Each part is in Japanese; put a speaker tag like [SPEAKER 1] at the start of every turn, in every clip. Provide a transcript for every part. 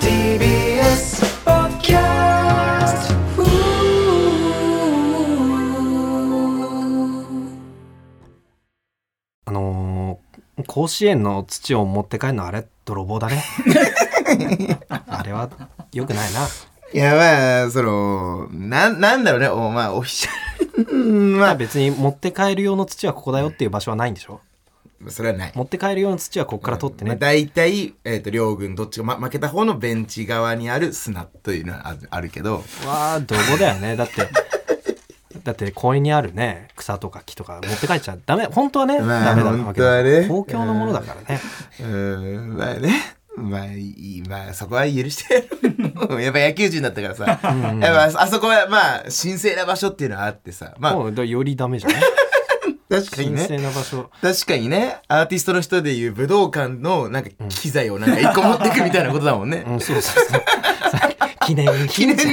[SPEAKER 1] TBS ポッドキャスト
[SPEAKER 2] あのー甲子園の土を持って帰るのあれ泥棒 だねあれは良くないない
[SPEAKER 3] や、まあ、その、なん、なんだろうね、おまあ、オフィシャル。うんまあ、
[SPEAKER 2] 別に持って帰る用の土はここだよっていう場所はないんでしょ
[SPEAKER 3] それはない。
[SPEAKER 2] 持って帰る用の土はここから取ってね、
[SPEAKER 3] まあ、大体、えっ、と、両軍どっちが、ま、負けた方のベンチ側にある砂というのはあるあるけど、
[SPEAKER 2] わあ泥棒だよねだってだって公園にあるね草とか木とか持って帰っちゃダメ本当はね、
[SPEAKER 3] まあ
[SPEAKER 2] ダメだわけだ、
[SPEAKER 3] 本当はね
[SPEAKER 2] 公共のものだからね、
[SPEAKER 3] うーん、まあね、まあいい、まあそこは許してやる。 やっぱ野球人だったからさ、やっぱあそこはまあ神聖な場所っていうのはあってさ、まあ
[SPEAKER 2] もうだよりダ メじゃない
[SPEAKER 3] 確かに
[SPEAKER 2] 神聖
[SPEAKER 3] ね、
[SPEAKER 2] な場所
[SPEAKER 3] 確かにね、アーティストの人でいう武道館のなんか機材をなんか一個持ってくみたいなことだもんね。
[SPEAKER 2] うんそうそう そう記念に
[SPEAKER 3] 記念に、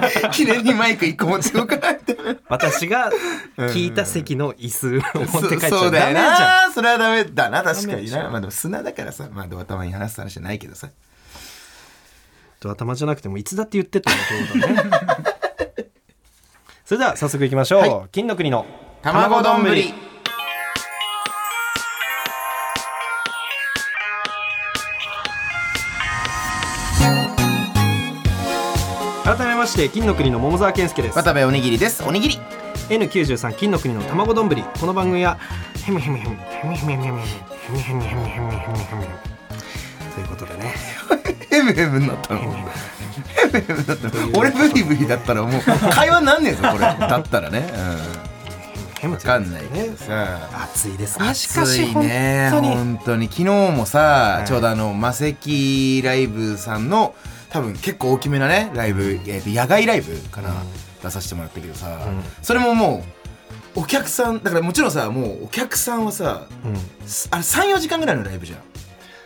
[SPEAKER 3] 記念にマイク一個持っておかない と。
[SPEAKER 2] 私が聞いた席の椅子を持って帰っち
[SPEAKER 3] そ
[SPEAKER 2] ゃ
[SPEAKER 3] うだ
[SPEAKER 2] ダメ
[SPEAKER 3] よ
[SPEAKER 2] じゃん
[SPEAKER 3] な。それはダメだな、確かに
[SPEAKER 2] ダメでし
[SPEAKER 3] な。
[SPEAKER 2] ょ
[SPEAKER 3] まあでも砂だからさ、まあドア玉に話す話じゃないけどさ。
[SPEAKER 2] と頭じゃなくてもいつだって言ってってことだねそれでは早速いきましょう、金の国の
[SPEAKER 3] 卵丼ぶり。
[SPEAKER 2] 改めまして金の国の桃沢健介です
[SPEAKER 3] 渡部おにぎりです。おにぎり。
[SPEAKER 2] N93 金の国の卵丼ぶりこの番組はヘムヘムヘムヘムヘムヘムヘムヘムヘムヘムヘムヘムヘムということでね
[SPEAKER 3] ヘムヘムになったの。俺ブリブリだったらもう会話なんねえぞこれだったらね、
[SPEAKER 2] ヘ
[SPEAKER 3] うん、
[SPEAKER 2] ム
[SPEAKER 3] 分かんないけどさ
[SPEAKER 2] 暑いですねしか
[SPEAKER 3] 暑
[SPEAKER 2] し
[SPEAKER 3] いね
[SPEAKER 2] 本当に
[SPEAKER 3] 本当に昨日もさ、
[SPEAKER 2] い
[SPEAKER 3] ちょうどあのマセキライブさんの多分結構大きめなねライブ、えーと野外ライブかな、出させてもらったけどさ、
[SPEAKER 2] うん
[SPEAKER 3] それももうお客さんだからもちろんさもうお客さんはさ
[SPEAKER 2] うん
[SPEAKER 3] すあれ34時間ぐらいのライブじゃん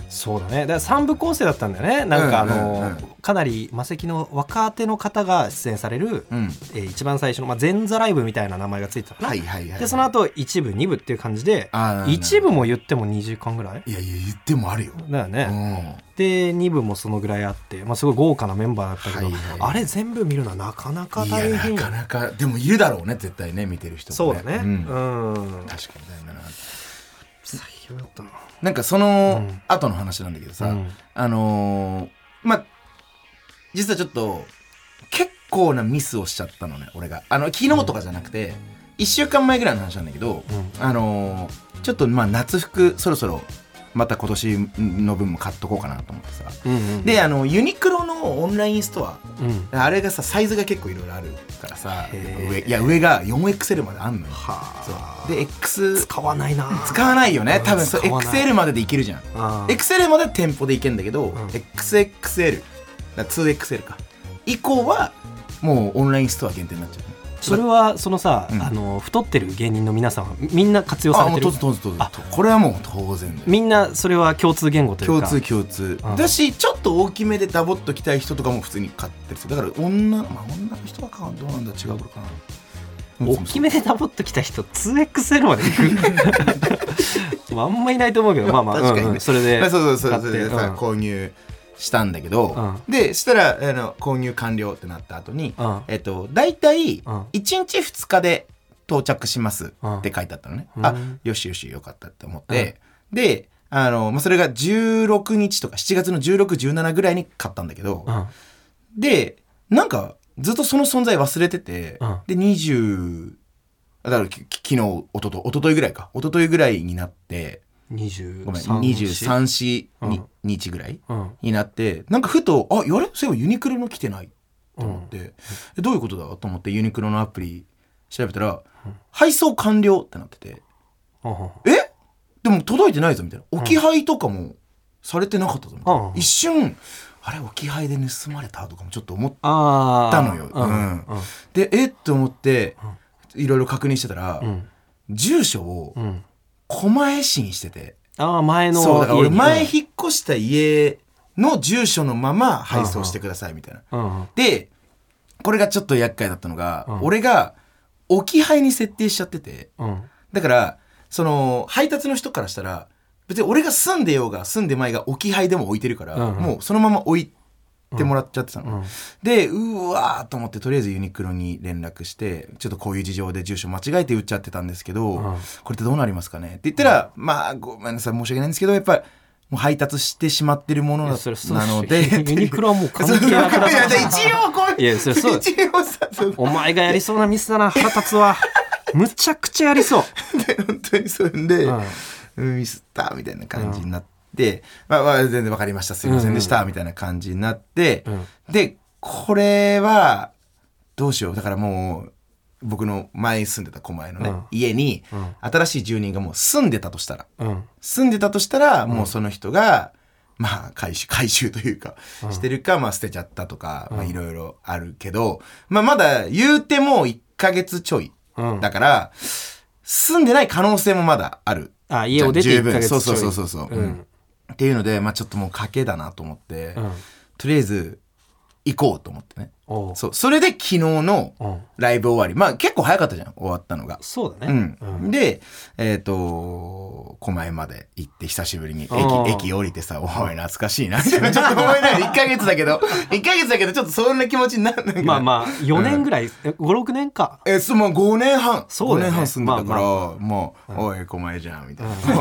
[SPEAKER 2] そうだねだから三部構成だったんだよねなんかあ
[SPEAKER 3] うんうんう
[SPEAKER 2] の
[SPEAKER 3] ん
[SPEAKER 2] かなり魔石の若手の方が出演される
[SPEAKER 3] うん
[SPEAKER 2] えー一番最初のまあ前座ライブみたいな名前がついてたかな
[SPEAKER 3] はいはいはい
[SPEAKER 2] でその後一部二部っていう感じで
[SPEAKER 3] あー
[SPEAKER 2] 一部も言っても2時間ぐらい
[SPEAKER 3] いやいや言ってもあるよ、
[SPEAKER 2] だよね、
[SPEAKER 3] うん
[SPEAKER 2] で2部もそのぐらいあって、まあ、すごい豪華なメンバーだったけ
[SPEAKER 3] は
[SPEAKER 2] ど、
[SPEAKER 3] いはい
[SPEAKER 2] あれ全部見るのはなかなか
[SPEAKER 3] いや
[SPEAKER 2] 大変
[SPEAKER 3] なかなかでもいるだろうね絶対ね見てる人も、
[SPEAKER 2] そうだねうんん、
[SPEAKER 3] 確かにだよな
[SPEAKER 2] 最強だったな
[SPEAKER 3] なんかその
[SPEAKER 2] うん
[SPEAKER 3] 後の話なんだけどさ、
[SPEAKER 2] うん
[SPEAKER 3] あのーまあ実はちょっと結構なミスをしちゃったのね俺があの昨日とかじゃなくて1週間前ぐらいの話なんだけど、
[SPEAKER 2] う
[SPEAKER 3] あのーちょっとまあ夏服そろそろまた今年の分も買っとこうかなと思ってさ
[SPEAKER 2] うんうん
[SPEAKER 3] であのユニクロのオンラインストア
[SPEAKER 2] うん
[SPEAKER 3] あれがさサイズが結構いろいろあるからさ
[SPEAKER 2] へー
[SPEAKER 3] 上いや上が 4XL まであんのよ
[SPEAKER 2] はあ
[SPEAKER 3] で X
[SPEAKER 2] 使わないな
[SPEAKER 3] 使わないよね多分そう
[SPEAKER 2] 使わない
[SPEAKER 3] XL まででいけるじゃん
[SPEAKER 2] あー
[SPEAKER 3] XL まで店舗でいけんだけど、
[SPEAKER 2] ん
[SPEAKER 3] XXL だから 2XL か以降はもうオンラインストア限定になっちゃうね
[SPEAKER 2] それはそのさ、
[SPEAKER 3] うん
[SPEAKER 2] あの太ってる芸人の皆さんはみんな活用さ
[SPEAKER 3] あ
[SPEAKER 2] れ
[SPEAKER 3] も
[SPEAKER 2] て
[SPEAKER 3] う
[SPEAKER 2] る
[SPEAKER 3] 当然当然当然
[SPEAKER 2] あ
[SPEAKER 3] これはもう当然だよ
[SPEAKER 2] みんなそれは共通言語という
[SPEAKER 3] 共
[SPEAKER 2] か
[SPEAKER 3] 通共通
[SPEAKER 2] うん
[SPEAKER 3] だしちょっと大きめでダボっと着たい人とかも普通に買ってる人だから女,、まあ、女の人は買うどうなんだ違うのかな
[SPEAKER 2] 大きめでダボっときた人 2XL まで行 くまああんまいないと思うけどまあまあ
[SPEAKER 3] 確かにね
[SPEAKER 2] うんうんそれで
[SPEAKER 3] まあそうそうそうそ
[SPEAKER 2] 買
[SPEAKER 3] う
[SPEAKER 2] っ
[SPEAKER 3] そ
[SPEAKER 2] て
[SPEAKER 3] れでさ、
[SPEAKER 2] うん
[SPEAKER 3] 購入したんだけど、でしたらあの購入完了ってなった後に、
[SPEAKER 2] うん
[SPEAKER 3] えっと大体
[SPEAKER 2] うん
[SPEAKER 3] 1日2日で到着します
[SPEAKER 2] うん
[SPEAKER 3] って書いてあったのね、
[SPEAKER 2] うん
[SPEAKER 3] あよしよしよかったって思って、であの、まあ、それが16日とか7月の1617ぐらいに買ったんだけど、
[SPEAKER 2] うん
[SPEAKER 3] でなんかずっとその存在忘れてて、
[SPEAKER 2] うん
[SPEAKER 3] で20だからきき昨日おとと一昨日ぐらいか一昨日ぐらいになって
[SPEAKER 2] 23
[SPEAKER 3] ごめん23
[SPEAKER 2] うん
[SPEAKER 3] 日ぐらい
[SPEAKER 2] うん
[SPEAKER 3] になってなんかふと「あやれそういえばユニクロの来てない」と思って、えどういうことだと思ってユニクロのアプリ調べたら「配送完了」ってなってて
[SPEAKER 2] うん
[SPEAKER 3] 「えでも届いてないぞ」みたいな置き配とかもされてなかったぞみたいな、
[SPEAKER 2] うん
[SPEAKER 3] 一瞬「あれ置き配で盗まれた?」とかもちょっと思って
[SPEAKER 2] ああ
[SPEAKER 3] たのよ
[SPEAKER 2] うん
[SPEAKER 3] うんでえっと思っていろいろ確認してたら、
[SPEAKER 2] うん
[SPEAKER 3] 住所を
[SPEAKER 2] うんうん
[SPEAKER 3] 狛江市にしてて。
[SPEAKER 2] ああ前の
[SPEAKER 3] そうだから俺
[SPEAKER 2] 家に
[SPEAKER 3] 前引っ越した家の住所のまま配送してくださいみたいな。
[SPEAKER 2] うんうん
[SPEAKER 3] でこれがちょっと厄介だったのが、
[SPEAKER 2] うん
[SPEAKER 3] 俺が置き配に設定しちゃってて
[SPEAKER 2] うん
[SPEAKER 3] だからその配達の人からしたら別に俺が住んでようが住んでまいが置き配でも置いてるから、
[SPEAKER 2] うんうん
[SPEAKER 3] もうそのまま置いてもらっちゃってたの、
[SPEAKER 2] うん
[SPEAKER 3] でうわーと思ってとりあえずユニクロに連絡してちょっとこういう事情で住所間違えて売っちゃってたんですけど、
[SPEAKER 2] ん
[SPEAKER 3] これってどうなりますかねって言ったら、まあごめんなさい申し訳ないんですけどやっぱりもう配達してしまってるもの
[SPEAKER 2] い
[SPEAKER 3] な
[SPEAKER 2] やそれそう
[SPEAKER 3] なので
[SPEAKER 2] ユニクロはもう関係なくなっ
[SPEAKER 3] い
[SPEAKER 2] た
[SPEAKER 3] やいや一応こう
[SPEAKER 2] いやそれそう
[SPEAKER 3] 一応さそう
[SPEAKER 2] お前がやりそうなミスだな腹立つわむちゃくちゃやりそう
[SPEAKER 3] で本当にそれで、
[SPEAKER 2] うん
[SPEAKER 3] うんミスったみたいな感じになって、まあ、まあ全然わかりましたすいませんでした、みたいな感じになって、でこれはどうしようだからもう僕の前住んでた狛江のね、
[SPEAKER 2] うん
[SPEAKER 3] 家に
[SPEAKER 2] うん
[SPEAKER 3] 新しい住人がもう住んでたとしたら
[SPEAKER 2] うん
[SPEAKER 3] 住んでたとしたら、もうその人がまあ回収 回収というか、
[SPEAKER 2] うん
[SPEAKER 3] してるか、まあ、捨てちゃったとか、まあ、
[SPEAKER 2] うん
[SPEAKER 3] いろいろあるけど、まあ、まだ言うても1ヶ月ちょい
[SPEAKER 2] うん
[SPEAKER 3] だから、住んでない可能性もまだある。
[SPEAKER 2] あ家を出て
[SPEAKER 3] 十
[SPEAKER 2] 1
[SPEAKER 3] 分
[SPEAKER 2] ヶ月ちょい
[SPEAKER 3] そうそうそうそうそう
[SPEAKER 2] うん
[SPEAKER 3] っていうので、まあちょっともう賭けだなと思って、
[SPEAKER 2] うん
[SPEAKER 3] とりあえず行こうと思ってね。
[SPEAKER 2] おう
[SPEAKER 3] そう。それで昨日の
[SPEAKER 2] うん
[SPEAKER 3] ライブ終わり。まあ結構早かったじゃん、終わったのが。
[SPEAKER 2] そうだ
[SPEAKER 3] う
[SPEAKER 2] ね
[SPEAKER 3] ん。
[SPEAKER 2] うん
[SPEAKER 3] で、えっ、と、狛江まで行って久しぶりに
[SPEAKER 2] うん
[SPEAKER 3] 駅、駅降りてさ、おい、懐かしいな。ちょっと思いながら、1ヶ月だけ ど、1ヶ月だけど、ちょっとそんな気持ちになるんだけど。
[SPEAKER 2] まあまあ4年ぐらい56年か
[SPEAKER 3] えそうまあ5年半
[SPEAKER 2] そう
[SPEAKER 3] 5
[SPEAKER 2] だ
[SPEAKER 3] 年
[SPEAKER 2] よね
[SPEAKER 3] 半住んでたから、
[SPEAKER 2] ま
[SPEAKER 3] もう、おい狛江じゃんみたいな、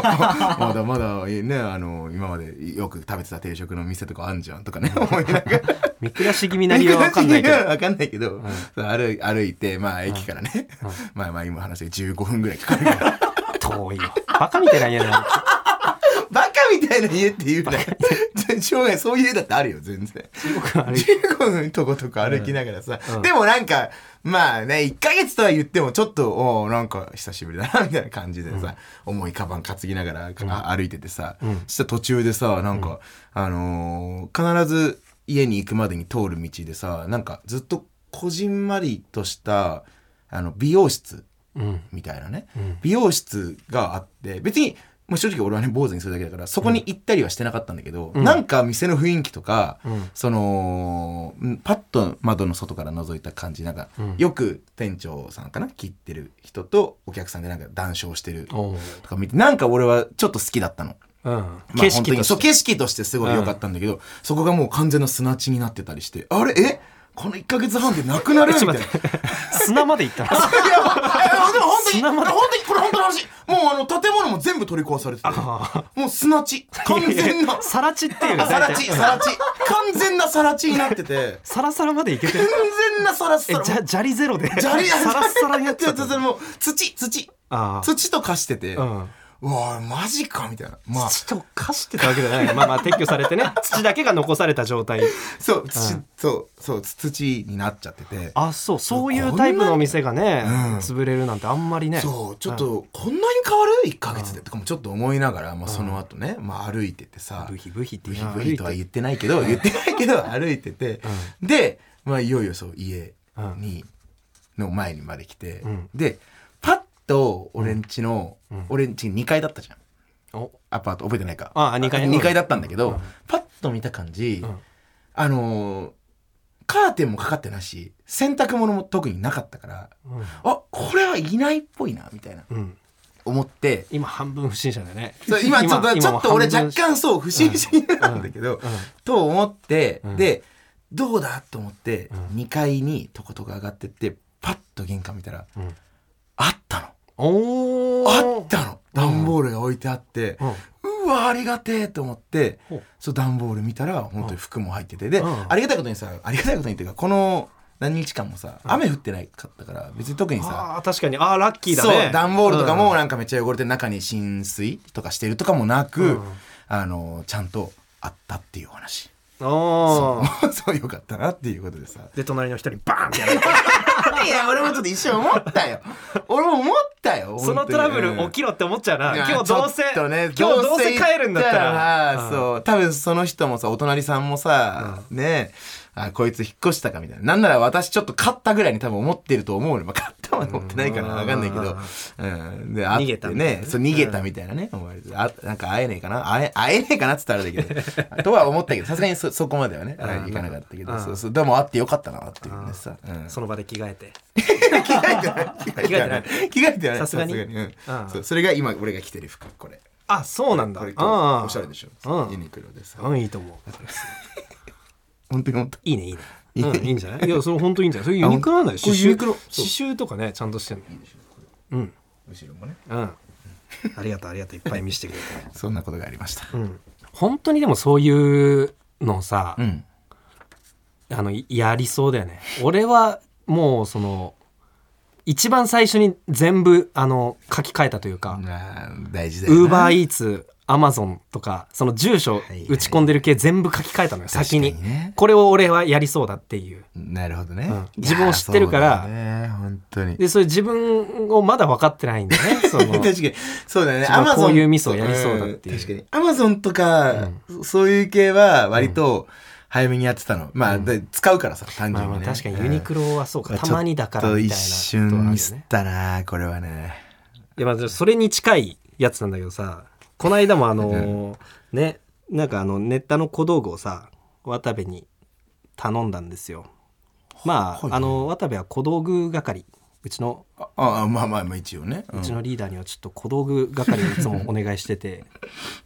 [SPEAKER 3] まだまだいいねあの今までよく食べてた定食の店とかあんじゃんとかね思いながら
[SPEAKER 2] 見下し気味な理由は分かんないけど
[SPEAKER 3] わかんないけどそう歩い歩いてまあ駅からね、 まあまあ今話して15分ぐらいかかるから
[SPEAKER 2] 遠いよバカみたいな家だな
[SPEAKER 3] バカみたいな家って言うなよ生涯そういう家だってあるよ全然
[SPEAKER 2] 僕あれ
[SPEAKER 3] 15分とことこ歩きながらさ、
[SPEAKER 2] うん
[SPEAKER 3] でもなんかまあね1ヶ月とは言ってもちょっとおうなんか久しぶりだなみたいな感じでさ、重いカバン担ぎながら、あ歩いててさ、
[SPEAKER 2] うん
[SPEAKER 3] そしたら途中でさなんか、あのー必ず家に行くまでに通る道でさなんかずっとこじんまりとしたあの美容室
[SPEAKER 2] うん
[SPEAKER 3] みたいなね、
[SPEAKER 2] うん
[SPEAKER 3] 美容室があって別にもう正直俺はね坊主にするだけだからそこに行ったりはしてなかったんだけど、
[SPEAKER 2] うん
[SPEAKER 3] なんか店の雰囲気とか、
[SPEAKER 2] うん
[SPEAKER 3] そのんパッと窓の外から覗いた感じなんか、
[SPEAKER 2] うん
[SPEAKER 3] よく店長さんかな切ってる人とお客さんでなんか談笑してると
[SPEAKER 2] おう
[SPEAKER 3] か見てなんか俺はちょっと好きだったの。
[SPEAKER 2] うん
[SPEAKER 3] まあ
[SPEAKER 2] 景
[SPEAKER 3] 本当
[SPEAKER 2] 色
[SPEAKER 3] に
[SPEAKER 2] と
[SPEAKER 3] そう
[SPEAKER 2] して
[SPEAKER 3] 景色としてすごい良かったんだけど、そこがもう完全な砂地になってたりしてあれえこの1か月半でなくなる みたいな。いや
[SPEAKER 2] 砂まで行ったら
[SPEAKER 3] でも本当に
[SPEAKER 2] 砂まで
[SPEAKER 3] 本当にこれ本当の話もうあの建物も全部取り壊されててもう砂地 完全な
[SPEAKER 2] さらちっていう
[SPEAKER 3] あ
[SPEAKER 2] の
[SPEAKER 3] さら地さら地完全なさら地になって て
[SPEAKER 2] さらさらまで行けて
[SPEAKER 3] 完
[SPEAKER 2] る
[SPEAKER 3] 全なさら
[SPEAKER 2] え
[SPEAKER 3] さら
[SPEAKER 2] じゃ砂利ゼロで
[SPEAKER 3] 砂利
[SPEAKER 2] さらさらになっ ちゃっ
[SPEAKER 3] ちょ
[SPEAKER 2] た
[SPEAKER 3] っともう土土
[SPEAKER 2] ああ
[SPEAKER 3] 土と化してて、う
[SPEAKER 2] うん
[SPEAKER 3] わあマジかみたいなまあ
[SPEAKER 2] 土と化してたわけじゃないまあまあ撤去されて ね土だけが残された状態
[SPEAKER 3] そう土、そうそう土になっちゃってて
[SPEAKER 2] あそうそういうタイプのお店がね、
[SPEAKER 3] うん
[SPEAKER 2] 潰れるなんてあんまりね
[SPEAKER 3] そうちょっとこんなに変わる1ヶ月でとかもちょっと思いながら、まあ、その後ね、まあ、歩いててさ
[SPEAKER 2] ブヒブヒって
[SPEAKER 3] ブ
[SPEAKER 2] 言い
[SPEAKER 3] ヒ
[SPEAKER 2] な
[SPEAKER 3] ブ
[SPEAKER 2] がら
[SPEAKER 3] ヒとは言ってないけど言ってないけど 歩いてて、で、まあ、いよいよそう家に、の前にまで来て、
[SPEAKER 2] ん
[SPEAKER 3] でパッと俺んちの、
[SPEAKER 2] ん
[SPEAKER 3] 俺んち2階だったじゃん
[SPEAKER 2] お
[SPEAKER 3] アパート覚えてないか
[SPEAKER 2] ああ二階
[SPEAKER 3] 二階だったんだけど、パッと見た感じ、
[SPEAKER 2] ん
[SPEAKER 3] あのーカーテンもかかってないし洗濯物も特になかったからあこれはいないっぽいなみたいな
[SPEAKER 2] うん、うん、
[SPEAKER 3] 思って
[SPEAKER 2] 今半分不審者だよね
[SPEAKER 3] そう 今ちょっとちょっと俺若
[SPEAKER 2] 干
[SPEAKER 3] 干そう不審者になるんだけど、と思って、
[SPEAKER 2] うん
[SPEAKER 3] でどうだと思って、
[SPEAKER 2] う
[SPEAKER 3] 2階にとことか上がってってパッと玄関見たら
[SPEAKER 2] うん、うん、
[SPEAKER 3] あった
[SPEAKER 2] お
[SPEAKER 3] の
[SPEAKER 2] お
[SPEAKER 3] あったの段ボールが置いてあって、
[SPEAKER 2] うん
[SPEAKER 3] うわありがてえと思って
[SPEAKER 2] ほう
[SPEAKER 3] そう段ボール見たら本当に服も入っててで、
[SPEAKER 2] うん
[SPEAKER 3] ありがたいことにさありがたいことにっていうかこの何日間もさ雨降ってないかったから別に特にさ
[SPEAKER 2] あー確かにあーラッキーだね
[SPEAKER 3] そう段ボールとかもなんかめっちゃ汚れて中に浸水とかしてるとかもなく、
[SPEAKER 2] うん
[SPEAKER 3] あのちゃんとあったっていうお話
[SPEAKER 2] うんおー
[SPEAKER 3] そうそうよかったなっていうことでさ
[SPEAKER 2] で隣の人にバーンってやられて
[SPEAKER 3] いや俺もちょっと一瞬思ったよ俺も思ったよ
[SPEAKER 2] そのトラブル起きろって思っちゃうな、今日どうせ、
[SPEAKER 3] ちょっとね
[SPEAKER 2] 今日どうせ帰るんだったら
[SPEAKER 3] どうせ行ったらそう多分その人もさお隣さんもさ、ねあこいつ引っ越したかみたいななんなら私ちょっと勝ったぐらいに多分思ってると思うの、まあ、勝ったまで思ってないから
[SPEAKER 2] うん
[SPEAKER 3] 分かんないけど、うん、であって
[SPEAKER 2] 逃げたみた
[SPEAKER 3] ね
[SPEAKER 2] いなね
[SPEAKER 3] そう逃げたみたいなね、思われてあなんか会えねえかな会え会えねえかなっつったらあれだけど とは思ったけどさすがにそそこまではね
[SPEAKER 2] あー
[SPEAKER 3] いかなかったけ
[SPEAKER 2] う
[SPEAKER 3] ど
[SPEAKER 2] ん
[SPEAKER 3] そうそうでも会ってよかったなっていうねさ、うん
[SPEAKER 2] その場で着替えて
[SPEAKER 3] 着 替えてない着替えてない着替えてない
[SPEAKER 2] さすがに
[SPEAKER 3] うん
[SPEAKER 2] うん
[SPEAKER 3] そうそれが今俺が着てる服これ
[SPEAKER 2] あそうなんだ
[SPEAKER 3] これ
[SPEAKER 2] あ
[SPEAKER 3] 今
[SPEAKER 2] あ
[SPEAKER 3] 日おしゃれでし
[SPEAKER 2] う
[SPEAKER 3] ょ
[SPEAKER 2] ん
[SPEAKER 3] ユニクロです
[SPEAKER 2] うんいいと思う
[SPEAKER 3] 本当に本当
[SPEAKER 2] いいねいいね
[SPEAKER 3] いいね
[SPEAKER 2] うん、いいんじゃないいやそれ本当いいんじゃないそれユニクロなんだよ
[SPEAKER 3] あほん
[SPEAKER 2] 刺
[SPEAKER 3] これユニク
[SPEAKER 2] 繍
[SPEAKER 3] ロ
[SPEAKER 2] 刺繍とかねちゃんとしてんのうん
[SPEAKER 3] 後ろもね
[SPEAKER 2] うんありがとうありがとういっぱい見せてくれて
[SPEAKER 3] そんなことがありました
[SPEAKER 2] うん、本当にでもそういうのをさ、
[SPEAKER 3] うん
[SPEAKER 2] あのいやりそうだよね俺はもうその一番最初に全部あの書き換えたというか
[SPEAKER 3] あー大事だよ
[SPEAKER 2] ウーバー
[SPEAKER 3] イ
[SPEAKER 2] イーツアマゾンとかその住所
[SPEAKER 3] いはい
[SPEAKER 2] 打ち込んでる系全部書き換えたのよ先に
[SPEAKER 3] ね
[SPEAKER 2] これを俺はやりそうだっていう
[SPEAKER 3] なるほどね、
[SPEAKER 2] うん自分を知ってるから
[SPEAKER 3] いやーそうだよね本当に
[SPEAKER 2] でそれ自分をまだ分かってないんだ ねその
[SPEAKER 3] 確かにそうだね
[SPEAKER 2] 自分は
[SPEAKER 3] Amazon
[SPEAKER 2] こういうミスをやりそうだっていうん
[SPEAKER 3] 確かにアマゾンとか、そういう系は割と早めにやってたのまあ、で使うからさ単
[SPEAKER 2] まあ
[SPEAKER 3] 純に、
[SPEAKER 2] ま
[SPEAKER 3] ね
[SPEAKER 2] あ確かにユニクロはそう
[SPEAKER 3] う
[SPEAKER 2] か
[SPEAKER 3] ん
[SPEAKER 2] たまにだからみたいな
[SPEAKER 3] ちょっと一
[SPEAKER 2] ことは
[SPEAKER 3] 瞬
[SPEAKER 2] あるよね
[SPEAKER 3] ミスったなこれはね
[SPEAKER 2] いやまあそれに近いやつなんだけどさこの間もあのーねなんかあのネタの小道具をさ渡部に頼んだんですよまあ、
[SPEAKER 3] はいはい
[SPEAKER 2] あの渡部は小道具係うちの
[SPEAKER 3] ああまあまあまあ一応ね、うん
[SPEAKER 2] うちのリーダーにはちょっと小道具係をいつもお願いして て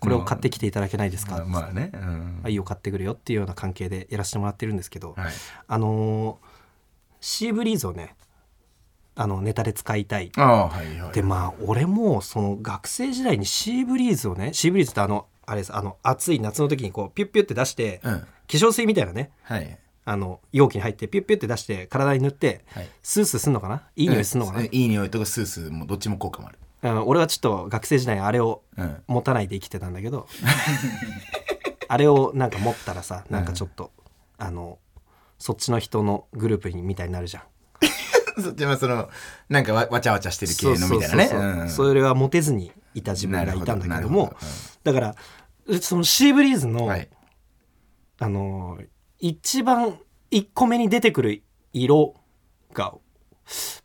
[SPEAKER 2] これを買ってきていただけないですか、
[SPEAKER 3] まあまあね、うん
[SPEAKER 2] あいいよ買ってくるよっていうような関係でやらせてもらってるんですけど、
[SPEAKER 3] はい、
[SPEAKER 2] あのーシーブリーズをねあのネタで使いたい
[SPEAKER 3] ああはいはい
[SPEAKER 2] でまあ俺もその学生時代にシーブリーズをねシーブリーズってあのあれですあの暑い夏の時にこうピュッピュッって出して、
[SPEAKER 3] う
[SPEAKER 2] 化
[SPEAKER 3] ん
[SPEAKER 2] 粧水みたいなね
[SPEAKER 3] はい
[SPEAKER 2] あの容器に入ってピュッピュッって出して体に塗って、
[SPEAKER 3] はい
[SPEAKER 2] スースーすんのかない
[SPEAKER 3] い
[SPEAKER 2] い匂いすんのかな、
[SPEAKER 3] いい匂いとかスースーもどっちも効果もある
[SPEAKER 2] うん、俺はちょっと学生時代あれを
[SPEAKER 3] うん
[SPEAKER 2] 持たないで生きてたんだけど あれをなんか持ったらさなんかちょっと、あのそっちの人のグループにみたいになるじゃん。
[SPEAKER 3] そっちもそのなんかわわちゃわちゃしてる系
[SPEAKER 2] そう
[SPEAKER 3] の
[SPEAKER 2] そう
[SPEAKER 3] みたいなね
[SPEAKER 2] そうそう
[SPEAKER 3] うん
[SPEAKER 2] それはモテずにいた自分がいたんだけども
[SPEAKER 3] なるほどなるほど
[SPEAKER 2] だからそのシーブリーズの、
[SPEAKER 3] はい
[SPEAKER 2] あのー一番1個目に出てくる色が、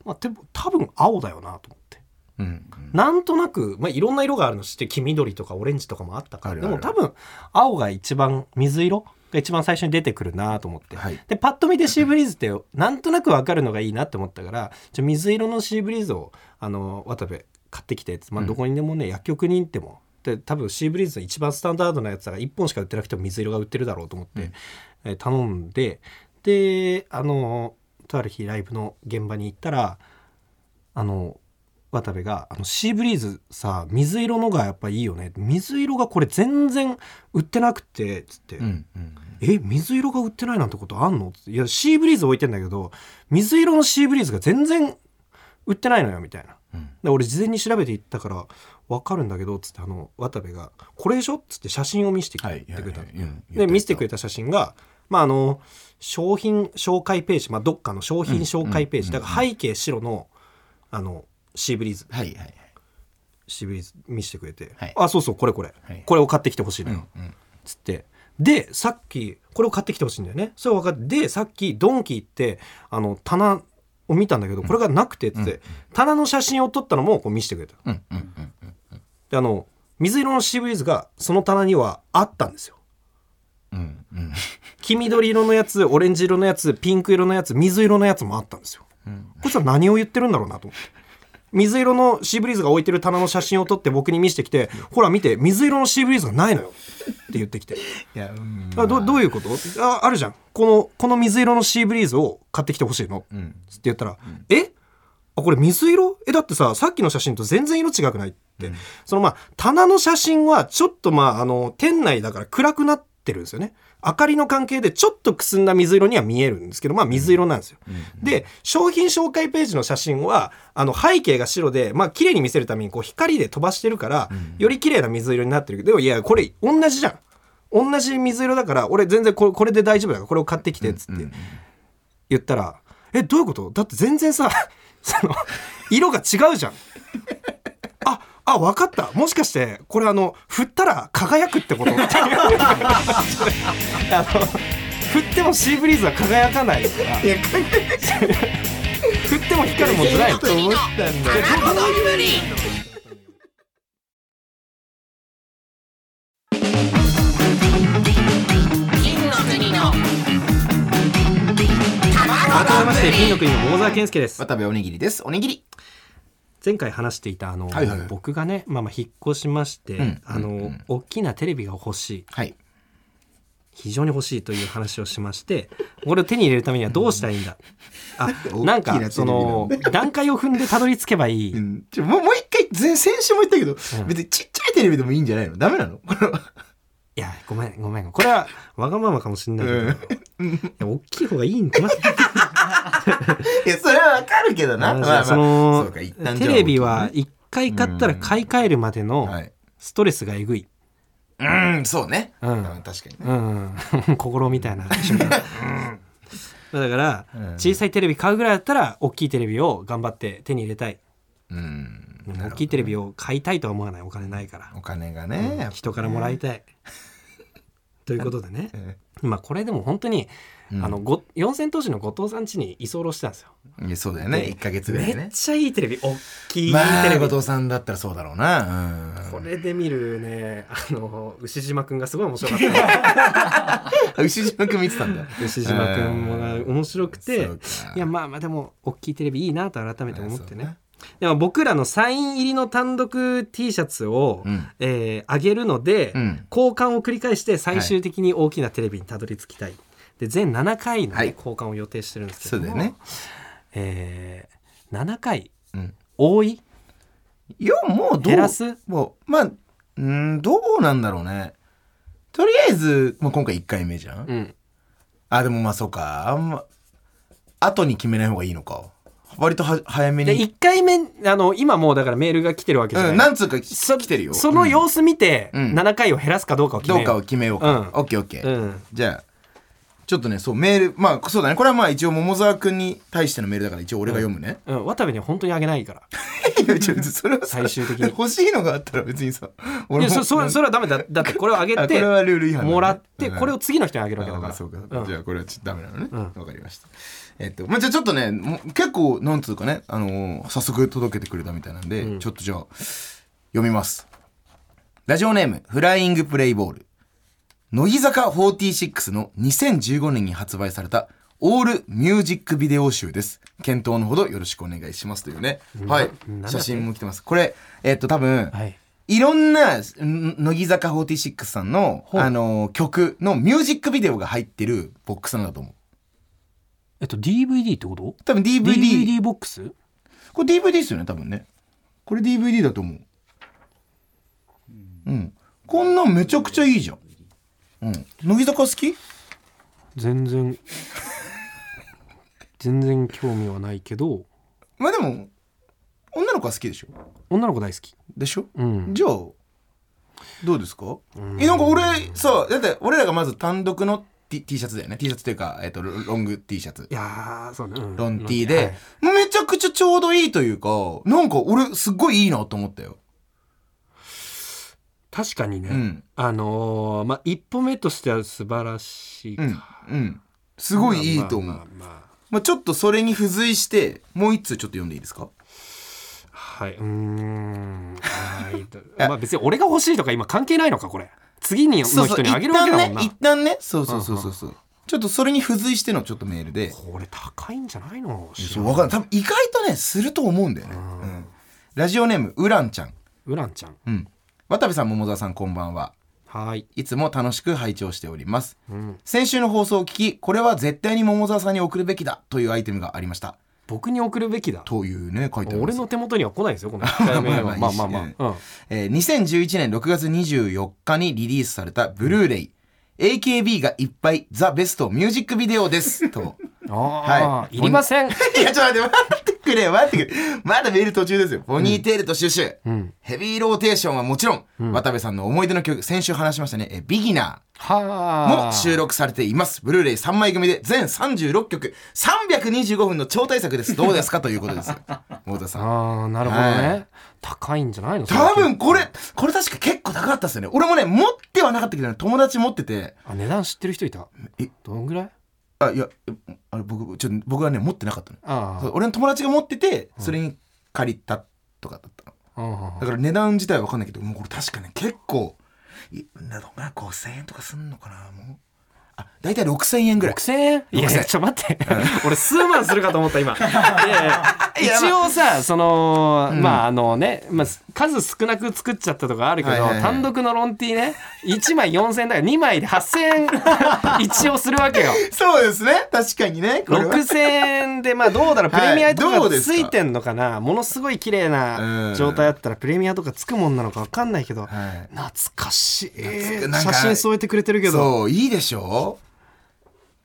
[SPEAKER 2] まあ、でも多分青だよなと思って
[SPEAKER 3] うんうん
[SPEAKER 2] なんとなく、まあ、いろんな色があるの知って黄緑とかオレンジとかもあったか
[SPEAKER 3] あ
[SPEAKER 2] ら
[SPEAKER 3] る
[SPEAKER 2] で
[SPEAKER 3] ある
[SPEAKER 2] も多分青が一番水色が一番最初に出てくるなと思って、
[SPEAKER 3] はい
[SPEAKER 2] でパッと見てシーブリーズってなんとなく分かるのがいいなって思ったからじゃあ水色のシーブリーズをあの渡部買ってきて、まあ、どこにでもね、薬局に行ってもで多分シーブリーズの一番スタンダードなやつだから1本しか売ってなくても水色が売ってるだろうと思って、えー頼んでであのとある日ライブの現場に行ったらあの渡部があの「シーブリーズさ水色のがやっぱいいよね水色がこれ全然売ってなくて」つって「
[SPEAKER 3] うんうん
[SPEAKER 2] え水色が売ってないなんてことあんの?」っていやシーブリーズ置いてんだけど水色のシーブリーズが全然売ってないのよ」みたいな。
[SPEAKER 3] うん
[SPEAKER 2] で俺事前に調べていったから分かるんだけどつってあの渡部が「これでしょ?」っつって写真を見せてき
[SPEAKER 3] はい
[SPEAKER 2] てくれたの
[SPEAKER 3] はいはいうん
[SPEAKER 2] で見せてくれた写真が、まあ、あの商品紹介ページ、まあ、どっかの商品紹介ページ、だから背景白のあのシーブリーズ
[SPEAKER 3] はいはい
[SPEAKER 2] シーブリーズ見せてくれて「
[SPEAKER 3] はい
[SPEAKER 2] あそうそうこれこれ、
[SPEAKER 3] はい
[SPEAKER 2] これを買ってきてほしいのよ」
[SPEAKER 3] うんうん
[SPEAKER 2] つってでさっきこれを買ってきてほしいんだよねそれは分かってでさっきドンキ行ってあの棚を見たんだけどこれがなくてっつって、棚の写真を撮ったのもこう見せてくれた
[SPEAKER 3] うんうんうん
[SPEAKER 2] であの水色のシーブリーズがその棚にはあったんですよ
[SPEAKER 3] うんうん
[SPEAKER 2] 黄緑色のやつオレンジ色のやつピンク色のやつ水色のやつもあったんですよ、こいつは何を言ってるんだろうなと思って水色のシーブリーズが置いてる棚の写真を撮って僕に見せてきて「ほら見て水色のシーブリーズがないのよ」って言ってきて
[SPEAKER 3] いやうん
[SPEAKER 2] あどどういうことああるじゃんこのこの水色のシーブリーズを買ってきてほしいの、
[SPEAKER 3] ん
[SPEAKER 2] つって言ったら「えあこれ水色えだってささっきの写真と全然色違くない」って、そのまあ棚の写真はちょっとまああの店内だから暗くなってるんですよね明かりの関係でちょっとくすんだ水色には見えるんですけどまあ水色なんですよ、で商品紹介ページの写真はあの背景が白でまあ綺麗に見せるためにこう光で飛ばしてるから、より綺麗な水色になってるけどでもいやこれ同じじゃん同じ水色だから俺全然これこれで大丈夫だからこれを買ってきてっつって言ったら「えどういうことだって全然さ その色が違うじゃん」ああ分かったもしかしてこれあの振ったら輝くってこ とっていうあの振ってもシーブリーズは輝かないから
[SPEAKER 3] いや考
[SPEAKER 2] 振っても光るもんじゃない
[SPEAKER 3] えと思ったんだよ
[SPEAKER 2] 改めまして金の国の桃沢健介です
[SPEAKER 3] 渡部おにぎりですおにぎり
[SPEAKER 2] 前回話していたあの、
[SPEAKER 3] はいはいはい
[SPEAKER 2] 僕がね、まあ、まあ引っ越しまして、
[SPEAKER 3] うん
[SPEAKER 2] あの、
[SPEAKER 3] うんうん
[SPEAKER 2] 大きなテレビが欲しい
[SPEAKER 3] はい。
[SPEAKER 2] 非常に欲しいという話をしましてこれを手に入れるためにはどうしたらいいんだ、 あなん
[SPEAKER 3] 大きなテレビなん
[SPEAKER 2] か
[SPEAKER 3] だ
[SPEAKER 2] その段階を踏んでたどり着けばいい、
[SPEAKER 3] うん、ちょもうもう一回前、先週も言ったけど、
[SPEAKER 2] ん
[SPEAKER 3] 別にちっちゃいテレビでもいいんじゃないのダメなのこれは。
[SPEAKER 2] いやごめんごめんこれはわがままかもしれないけど、
[SPEAKER 3] うん
[SPEAKER 2] いや大きい方がいいんかな
[SPEAKER 3] いや、それはわかるけどな。
[SPEAKER 2] あ
[SPEAKER 3] ま
[SPEAKER 2] じ
[SPEAKER 3] あ
[SPEAKER 2] ゃあ
[SPEAKER 3] まあ、
[SPEAKER 2] その
[SPEAKER 3] うか一旦じ
[SPEAKER 2] テ
[SPEAKER 3] ゃあ
[SPEAKER 2] レビは一回買ったら
[SPEAKER 3] うん
[SPEAKER 2] 買い替えるまでの
[SPEAKER 3] はい。
[SPEAKER 2] ストレスがえぐい、
[SPEAKER 3] うん、そうね。
[SPEAKER 2] うん
[SPEAKER 3] うん確かにね。
[SPEAKER 2] うん、 心みたいな瞬 間だから
[SPEAKER 3] うん
[SPEAKER 2] 小さいテレビ買うぐらいだったら大きいテレビを頑張って手に入れたい
[SPEAKER 3] うん。
[SPEAKER 2] 大きいテレビを買いたいとは思わないお金ないから
[SPEAKER 3] お金がね、やっぱ
[SPEAKER 2] 人からもらいたい。 ということでね
[SPEAKER 3] え
[SPEAKER 2] まあこれでも本当に、
[SPEAKER 3] うん
[SPEAKER 2] あのご四千頭身の後藤さん家に居候したんですよ。
[SPEAKER 3] いやそうだよね。1ヶ月ぐらい
[SPEAKER 2] めっ
[SPEAKER 3] ね。
[SPEAKER 2] ちゃいいテレビ大きい
[SPEAKER 3] ま
[SPEAKER 2] テレ
[SPEAKER 3] あ、
[SPEAKER 2] ビ、
[SPEAKER 3] 後藤さんだったらそうだろうな。
[SPEAKER 2] これで見るねあの牛島くんがすごい面白かった、
[SPEAKER 3] うん。牛島くん見てたんだ。
[SPEAKER 2] 牛島くんもが面白くて
[SPEAKER 3] そうか
[SPEAKER 2] いやまあまあでも大きいテレビいいなと改めて思って
[SPEAKER 3] あそう
[SPEAKER 2] ね
[SPEAKER 3] ね。
[SPEAKER 2] でも僕らのサイン入りの単独 T シャツを、
[SPEAKER 3] うん
[SPEAKER 2] えーあげるので、
[SPEAKER 3] うん
[SPEAKER 2] 交換を繰り返して最終的に大きなテレビにたどり着きたい。で全7回の、ね
[SPEAKER 3] はい
[SPEAKER 2] 交換を予定してるんですけ
[SPEAKER 3] そ
[SPEAKER 2] ど
[SPEAKER 3] う
[SPEAKER 2] も
[SPEAKER 3] だよね。
[SPEAKER 2] えー、7回
[SPEAKER 3] うん。
[SPEAKER 2] 多い
[SPEAKER 3] いや、もうどう
[SPEAKER 2] 減らす
[SPEAKER 3] もう、まあ、うん、どうなんだろうね。とりあえず、まあ、今回1回目じゃん。
[SPEAKER 2] うん
[SPEAKER 3] あ、でもまあそうか。あんま、後に決めない方がいいのか。割とは早め
[SPEAKER 2] で
[SPEAKER 3] に。
[SPEAKER 2] 1回目あの今もうだからメールが来てるわけじゃない、
[SPEAKER 3] うん、なんつうかき
[SPEAKER 2] そ
[SPEAKER 3] 来てるよ。
[SPEAKER 2] その様子見て、
[SPEAKER 3] うん
[SPEAKER 2] 7回を減らすかどうかを決
[SPEAKER 3] ど
[SPEAKER 2] め
[SPEAKER 3] う
[SPEAKER 2] よ
[SPEAKER 3] か
[SPEAKER 2] う
[SPEAKER 3] を決めよう
[SPEAKER 2] うん
[SPEAKER 3] か。オッケーオッケー。
[SPEAKER 2] うん
[SPEAKER 3] じゃあ、ちょっとね、そう、メール、まあそうだね。これはまあ一応桃沢くんに対してのメールだから一応俺が読むね。
[SPEAKER 2] うん、渡部には本当にあげないから
[SPEAKER 3] いや、ちょっとそれはさ
[SPEAKER 2] 最終的に
[SPEAKER 3] 欲しいのがあったら別にさ、
[SPEAKER 2] い
[SPEAKER 3] 俺
[SPEAKER 2] や
[SPEAKER 3] も。
[SPEAKER 2] そそそれはダ メだだってこれをあげ
[SPEAKER 3] あこ
[SPEAKER 2] て
[SPEAKER 3] れはルール違反だね
[SPEAKER 2] もらって
[SPEAKER 3] うん
[SPEAKER 2] これを次の人にあげるわけだ
[SPEAKER 3] あま
[SPEAKER 2] か
[SPEAKER 3] あ
[SPEAKER 2] ら
[SPEAKER 3] そうか、
[SPEAKER 2] うん
[SPEAKER 3] じゃあこれはちょっとダメなのね
[SPEAKER 2] うん
[SPEAKER 3] わ、かりましたえっとまあじゃあちょっとねもう結構なんつうかねあのー早速届けてくれたみたいなんで、
[SPEAKER 2] うん
[SPEAKER 3] ちょっとじゃあ読みますラジオネームフライングプレイボール乃木坂46の2015年に発売されたオールミュージックビデオ集です検討のほどよろしくお願いしますというね、はい
[SPEAKER 2] なんだって
[SPEAKER 3] 写真も来てますこれえっと多分、
[SPEAKER 2] はい
[SPEAKER 3] いろんな、ん乃木坂46さんの、
[SPEAKER 2] ほう
[SPEAKER 3] あのー、曲のミュージックビデオが入ってるボックスなんだと思う。
[SPEAKER 2] えっと DVD ってこと
[SPEAKER 3] 多分 DVD。
[SPEAKER 2] DVD ボックス
[SPEAKER 3] これ DVD ですよね、多分ね。これ DVD だと思う。うん。こんなんめちゃくちゃいいじゃん。うん。乃木坂好き
[SPEAKER 2] 全然 全然興味はないけど
[SPEAKER 3] まあでも、女の子は好きでしょ
[SPEAKER 2] 女の子大好き
[SPEAKER 3] でしょ、
[SPEAKER 2] うん
[SPEAKER 3] じゃあ、どうですか、え、なんか俺、さ、だって俺らがまず単独の T, T シャツだよね。T シャツというか、えっ、と、ロロング T シャツ
[SPEAKER 2] い。やーそうね、うん
[SPEAKER 3] ロンティーで、めちゃくちゃちょうどいいというか、なんか俺すっごいいいなと思ったよ。
[SPEAKER 2] 確かにね、
[SPEAKER 3] うん
[SPEAKER 2] あのーまあ一歩目としては素晴らしいか、
[SPEAKER 3] うん。うん。すごいいいと思う。
[SPEAKER 2] ま
[SPEAKER 3] まあ
[SPEAKER 2] あまあまあ
[SPEAKER 3] ちょっとそれに付随して、もう一通ちょっと読んでいいですか
[SPEAKER 2] はいうーんはい とまあ別に俺が欲しいとか今関係ないのかこれ次にの人にあげるわけだもんな
[SPEAKER 3] 一旦ね、一旦ね、そうそうそうそうそう、ちょっとそれに付随してのちょっとメールで、
[SPEAKER 2] これ高いんじゃないの
[SPEAKER 3] そう、わかんない。多分意外とね、すると思うんだよね。うん。ラジオネーム、ウランちゃん。
[SPEAKER 2] ウランちゃん
[SPEAKER 3] うん。渡部さん、桃沢さん、こんばんは。
[SPEAKER 2] はい、
[SPEAKER 3] いつも楽しく拝聴しております。
[SPEAKER 2] うん、
[SPEAKER 3] 先週の放送を聞き、これは絶対に桃沢さんに送るべきだというアイテムがありました。
[SPEAKER 2] 僕に送るべきだ
[SPEAKER 3] というね、書いてありま
[SPEAKER 2] 俺
[SPEAKER 3] す。
[SPEAKER 2] の手元には来ないです よこの1回目はま
[SPEAKER 3] ま
[SPEAKER 2] あ
[SPEAKER 3] あ
[SPEAKER 2] ま
[SPEAKER 3] ま
[SPEAKER 2] あ
[SPEAKER 3] あ
[SPEAKER 2] ま
[SPEAKER 3] ま
[SPEAKER 2] あ
[SPEAKER 3] あ、
[SPEAKER 2] うん、
[SPEAKER 3] えー、2011年6月24日にリリースされたブルーレイ、AKB がいっぱいザ・ベストミュージックビデオです。と。
[SPEAKER 2] ああ、
[SPEAKER 3] はい
[SPEAKER 2] い、りませ ん
[SPEAKER 3] いや、ちょっと待って、待ってくれ、待ってくれ。まだメール途中ですよ。ポニーテールとシュシュ。
[SPEAKER 2] うん
[SPEAKER 3] ヘビーローテーションはもちろん、渡部さんの思い出の曲、先週話しましたね、えービギナー
[SPEAKER 2] はあ
[SPEAKER 3] も収録されています。ブルーレイ3枚組で全36曲、325分の超大作です。どうですかということです よ。桃田さん。
[SPEAKER 2] ああなるほどね、
[SPEAKER 3] はい
[SPEAKER 2] 高いんじゃないのそれ
[SPEAKER 3] 多分これ、これ確か結構高かったっすよね。俺もね、持ってはなかったけどね、友達持ってて、
[SPEAKER 2] あ値段知ってる人いた
[SPEAKER 3] え
[SPEAKER 2] どんぐらい
[SPEAKER 3] あ、いや、あれ僕、ちょっと僕はね、持ってなかったの。
[SPEAKER 2] あ
[SPEAKER 3] そう俺の友達が持ってて、それに借りたとかだったの。
[SPEAKER 2] あうん
[SPEAKER 3] だから値段自体は分かんないけど、もうこれ確かね、結構、いなんだろうな、5000円とかすんのかな、もう。あ、大体6000円ぐらい。
[SPEAKER 2] 6000円いやいや、ちょ、待って。俺、数万するかと思っ た、今。いやいや一応さ、その、まあ、あのね、まあ、数少なく作っちゃったとかあるけ
[SPEAKER 3] はい
[SPEAKER 2] ど
[SPEAKER 3] はいは、い
[SPEAKER 2] 単独のロンティね、1枚4000円だから、2枚で8000円、 一応するわけよ。
[SPEAKER 3] そうですね。確かにね。これは
[SPEAKER 2] 6000円で、まあ、どうだろう、プレミアと
[SPEAKER 3] はい
[SPEAKER 2] か
[SPEAKER 3] どう
[SPEAKER 2] が
[SPEAKER 3] です
[SPEAKER 2] つ
[SPEAKER 3] か
[SPEAKER 2] いてんのかな、ものすごい綺麗
[SPEAKER 3] う
[SPEAKER 2] なん状態だったら、プレミアとかつくもんなのかわかんないけど、
[SPEAKER 3] はい
[SPEAKER 2] 懐かしい。
[SPEAKER 3] 懐かなん
[SPEAKER 2] 写
[SPEAKER 3] か
[SPEAKER 2] 真添えてくれてるけど、
[SPEAKER 3] そう、いいでしょ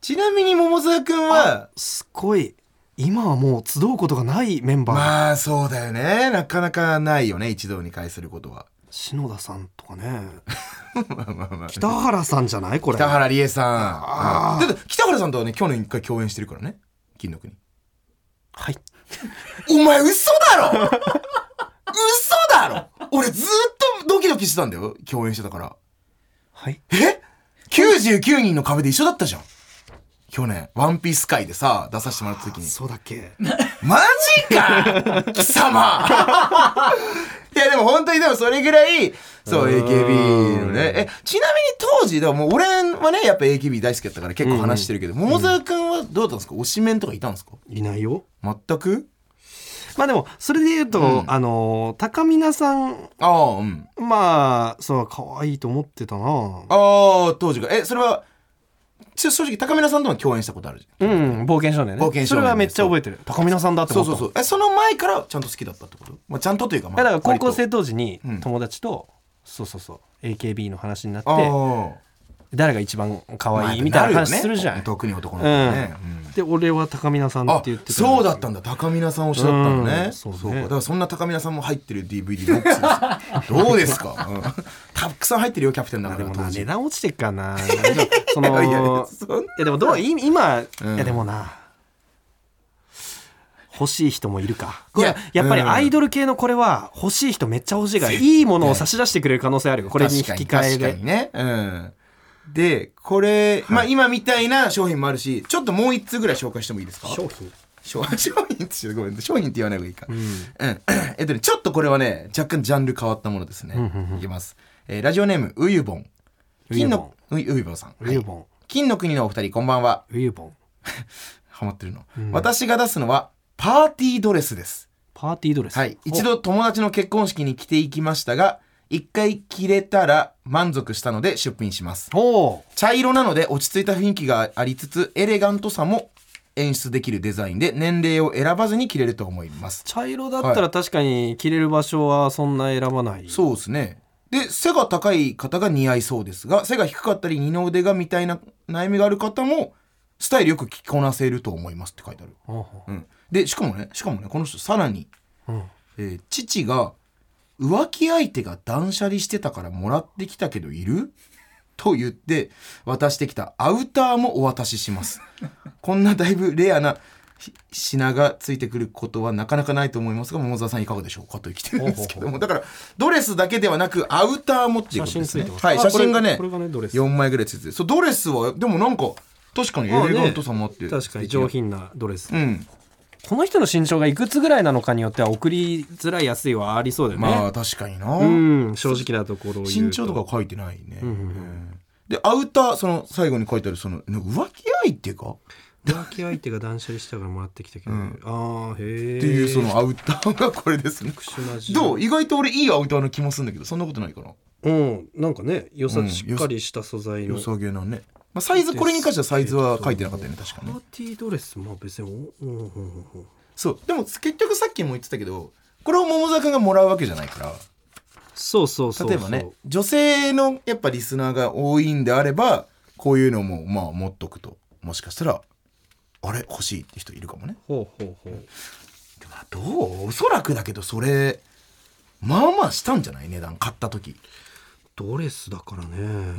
[SPEAKER 3] ちなみに桃沢くんは、
[SPEAKER 2] すごい、今はもう集うことがないメンバー。
[SPEAKER 3] まあそうだよね。なかなかないよね。一堂に会することは。
[SPEAKER 2] 篠田さんとかね
[SPEAKER 3] まあまあまあ。
[SPEAKER 2] 北原さんじゃないこれ
[SPEAKER 3] 北原理恵さ
[SPEAKER 2] あ
[SPEAKER 3] ん。だって北原さんとはね、去年一回共演してるからね。金の国。
[SPEAKER 2] はい
[SPEAKER 3] お前嘘だろ 嘘だろ俺ずっとドキドキしてたんだよ。共演してたから。
[SPEAKER 2] はい
[SPEAKER 3] え ?99 人の壁で一緒だったじゃん。去年、ワンピース界でさ、出させてもらった時に。
[SPEAKER 2] そうだっけ
[SPEAKER 3] マジ か貴様いやでも本当にでもそれぐらい、そう、
[SPEAKER 2] うーん
[SPEAKER 3] AKB のね。え、ちなみに当時、でももう俺はね、やっぱ AKB 大好きだったから結構話してるけど、桃沢くんはどうだったんですか推しメンとかいたんですか
[SPEAKER 2] いないよ
[SPEAKER 3] 全く
[SPEAKER 2] まあでもそれで言うと、
[SPEAKER 3] うん
[SPEAKER 2] あの高見なさん
[SPEAKER 3] ああ、うん。
[SPEAKER 2] まあそう可愛いと思ってたな
[SPEAKER 3] ああ、当時から。え、それは、ち正直高村さんとも共演したことあるじゃ。
[SPEAKER 2] うんん冒険少年ね
[SPEAKER 3] 冒険少年
[SPEAKER 2] それはめっちゃ覚えてる高見なさんだって
[SPEAKER 3] そ
[SPEAKER 2] 思
[SPEAKER 3] う
[SPEAKER 2] った
[SPEAKER 3] そうそう。え、その前からちゃんと好きだったってことまあ、ちゃんとというか、ま
[SPEAKER 2] いや
[SPEAKER 3] あ、
[SPEAKER 2] だから高校
[SPEAKER 3] 割
[SPEAKER 2] 生当時に
[SPEAKER 3] うん
[SPEAKER 2] 友達と、そうそうそう AKB の話になっ
[SPEAKER 3] と。あ
[SPEAKER 2] て
[SPEAKER 3] あ。
[SPEAKER 2] 誰が一番可
[SPEAKER 3] まあ
[SPEAKER 2] 愛いみたいな
[SPEAKER 3] るよ
[SPEAKER 2] 話
[SPEAKER 3] ね
[SPEAKER 2] するじゃん、
[SPEAKER 3] 特に男の子はね。うん
[SPEAKER 2] で俺は高見なさんって言ってた
[SPEAKER 3] あそうだったたんだ高見菜さん推しだったのね,、
[SPEAKER 2] うんそ
[SPEAKER 3] そううか
[SPEAKER 2] ね
[SPEAKER 3] だからそんな高見菜さんも入ってる DVD ボックス ですよどうですか、うんたくさん入ってるよキャプテンの中
[SPEAKER 2] で
[SPEAKER 3] で
[SPEAKER 2] も
[SPEAKER 3] も
[SPEAKER 2] な
[SPEAKER 3] 当時
[SPEAKER 2] 値
[SPEAKER 3] い
[SPEAKER 2] 段落ちてっから なその
[SPEAKER 3] やいや
[SPEAKER 2] い
[SPEAKER 3] そん
[SPEAKER 2] やでもどうい今、
[SPEAKER 3] うん
[SPEAKER 2] いやでもな欲しい人もいるか
[SPEAKER 3] い
[SPEAKER 2] こ
[SPEAKER 3] や
[SPEAKER 2] れやっぱり
[SPEAKER 3] うん
[SPEAKER 2] アイドル系のこれは欲しい人めっちゃ欲しいからいいものを差し出してくれる可能性あるよこれに引き換え
[SPEAKER 3] 確か
[SPEAKER 2] で
[SPEAKER 3] にね、うん、でこれ、まあ今みたいな商品もあるしちょっともう一通ぐらい紹介してもいいですか
[SPEAKER 2] 品
[SPEAKER 3] 商商品ってごめん商品って言わない方がいいか、
[SPEAKER 2] うん
[SPEAKER 3] うん、えっとね、ちょっとこれはね、若干ジャンル変わったものですね。いきます。えーラジオネーム、うゆぼん。金の、うゆぼんさん。
[SPEAKER 2] ウユボン
[SPEAKER 3] 金の国のお二人、こんばんは。
[SPEAKER 2] ウユボン
[SPEAKER 3] ハマってるの。私が出すのは、パーティードレスです。
[SPEAKER 2] パーティードレス
[SPEAKER 3] はい。一度友達の結婚式に着ていきましたが、一回着れたら満足したので出品します。
[SPEAKER 2] おお
[SPEAKER 3] 茶色なので落ち着いた雰囲気がありつつ、エレガントさも演出できるデザインで、年齢を選ばずに着れると思います。
[SPEAKER 2] 茶色だったら確かに着れる場所はそんな選ばない、
[SPEAKER 3] そうですね。で、背が高い方が似合いそうですが、背が低かったり二の腕がみたいな悩みがある方も、スタイルよく着こなせると思いますって書いてある。
[SPEAKER 2] うん
[SPEAKER 3] うん。で、しかもね、しかもね、この人さらに、
[SPEAKER 2] うん
[SPEAKER 3] えー父が、浮気相手が断捨離してたからもらってきたけどいる と言って渡してきたアウターもお渡しします。 こんなだいぶレアなひ品がついてくることはなかなかないと思いますが、桃沢さんいかがでしょうかと来てるんですけども、だからドレスだけではなくアウターもっていう
[SPEAKER 2] 写
[SPEAKER 3] こと
[SPEAKER 2] 真
[SPEAKER 3] で
[SPEAKER 2] つ
[SPEAKER 3] す
[SPEAKER 2] い
[SPEAKER 3] ね
[SPEAKER 2] て。ます、
[SPEAKER 3] はい、
[SPEAKER 2] あ
[SPEAKER 3] 写真がね
[SPEAKER 2] こ、れこれがねドレス
[SPEAKER 3] 4枚ぐらいついてて、そうドレスはでもなんか確かにエレガントさもあって、
[SPEAKER 2] 確かに上。品なドレス、
[SPEAKER 3] うん、
[SPEAKER 2] この人の身長がいくつぐらいなのかによっては送りづらい安いはありそうだよね、
[SPEAKER 3] まあ確かにな。
[SPEAKER 2] うん正直なところを言うと
[SPEAKER 3] 身長とかは書いてないね、
[SPEAKER 2] んうんうん
[SPEAKER 3] うんでアウターその最後に書いてあるその浮気相手か
[SPEAKER 2] 浮気相手が断捨離したからもらってきたけど、
[SPEAKER 3] うん
[SPEAKER 2] ああへえ
[SPEAKER 3] っていうそのアウターがこれですね
[SPEAKER 2] 特殊な事情
[SPEAKER 3] どう意外と俺いいアウターの気もするんだけどそんなことないかな
[SPEAKER 2] うんなんかね良さ、
[SPEAKER 3] うん
[SPEAKER 2] しっかりした素材の
[SPEAKER 3] 良さげなね、まあ、サイズこれに関してはサイズは書いてなかったよね確か
[SPEAKER 2] パー
[SPEAKER 3] ね
[SPEAKER 2] ティードレスまあ別におうんうんうんうん
[SPEAKER 3] そうでも結局さっきも言ってたけどこれを桃沢君がもらうわけじゃないから
[SPEAKER 2] そうそうそうそう
[SPEAKER 3] 例えばね女性のやっぱリスナーが多いんであればこういうのもまあ持っとくともしかしたらあれ欲しいって人いるかもね
[SPEAKER 2] ほうほうほう
[SPEAKER 3] でもなどうおそらくだけどそれまあまあしたんじゃない値段買った時
[SPEAKER 2] ドレスだからね、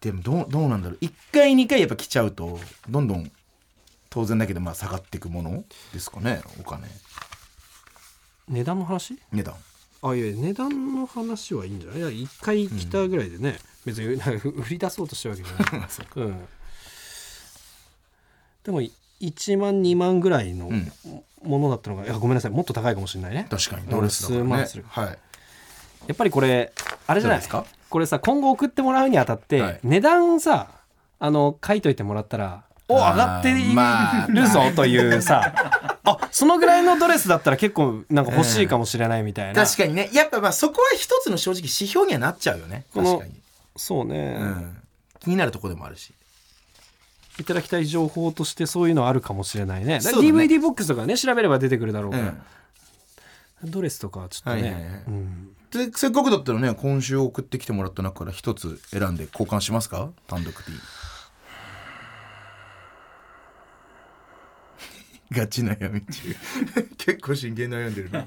[SPEAKER 3] でもどうどうなんだろう1回2回やっぱ来ちゃうとどんどん当然だけどまあ下がっていくものですかねお金
[SPEAKER 2] 値段の話
[SPEAKER 3] 値 段
[SPEAKER 2] あいや値段の話はいいんじゃないいや一回来たぐらいでね、別になんか 売り出そうとしてるわけじゃないうん、でもい1万2万ぐらいの
[SPEAKER 3] ん
[SPEAKER 2] ものだったのが、いやごめんなさいもっと高いかもしれないね
[SPEAKER 3] 確かにドレスだからね
[SPEAKER 2] 数万する
[SPEAKER 3] はい
[SPEAKER 2] やっぱりこれあれじゃな
[SPEAKER 3] ど
[SPEAKER 2] い
[SPEAKER 3] うですか
[SPEAKER 2] これさ今後送ってもらうにあたって、
[SPEAKER 3] はい
[SPEAKER 2] 値段さあの書いといてもらったらお上
[SPEAKER 3] あー
[SPEAKER 2] がって
[SPEAKER 3] まあ
[SPEAKER 2] いるぞというさ あそのぐらいのドレスだったら結構なんか欲しいかもしれないみたいな、
[SPEAKER 3] 確かにねやっぱまあそこは一つの正直指標にはなっちゃうよね
[SPEAKER 2] この
[SPEAKER 3] 確かに、
[SPEAKER 2] そうね、
[SPEAKER 3] うん、気になるとこでもあるし
[SPEAKER 2] いただきたい情報としてそういうのあるかもしれないねだから
[SPEAKER 3] そうだね
[SPEAKER 2] DVD ボックスとかね調べれば出てくるだろう
[SPEAKER 3] う
[SPEAKER 2] から、
[SPEAKER 3] ん
[SPEAKER 2] ドレスとかはちょっとね、
[SPEAKER 3] はいはいはい
[SPEAKER 2] うん
[SPEAKER 3] でせっかくだったらね今週送ってきてもらった中から一つ選んで交換しますか単独 T ガチ悩み中 結構真剣に悩んでるな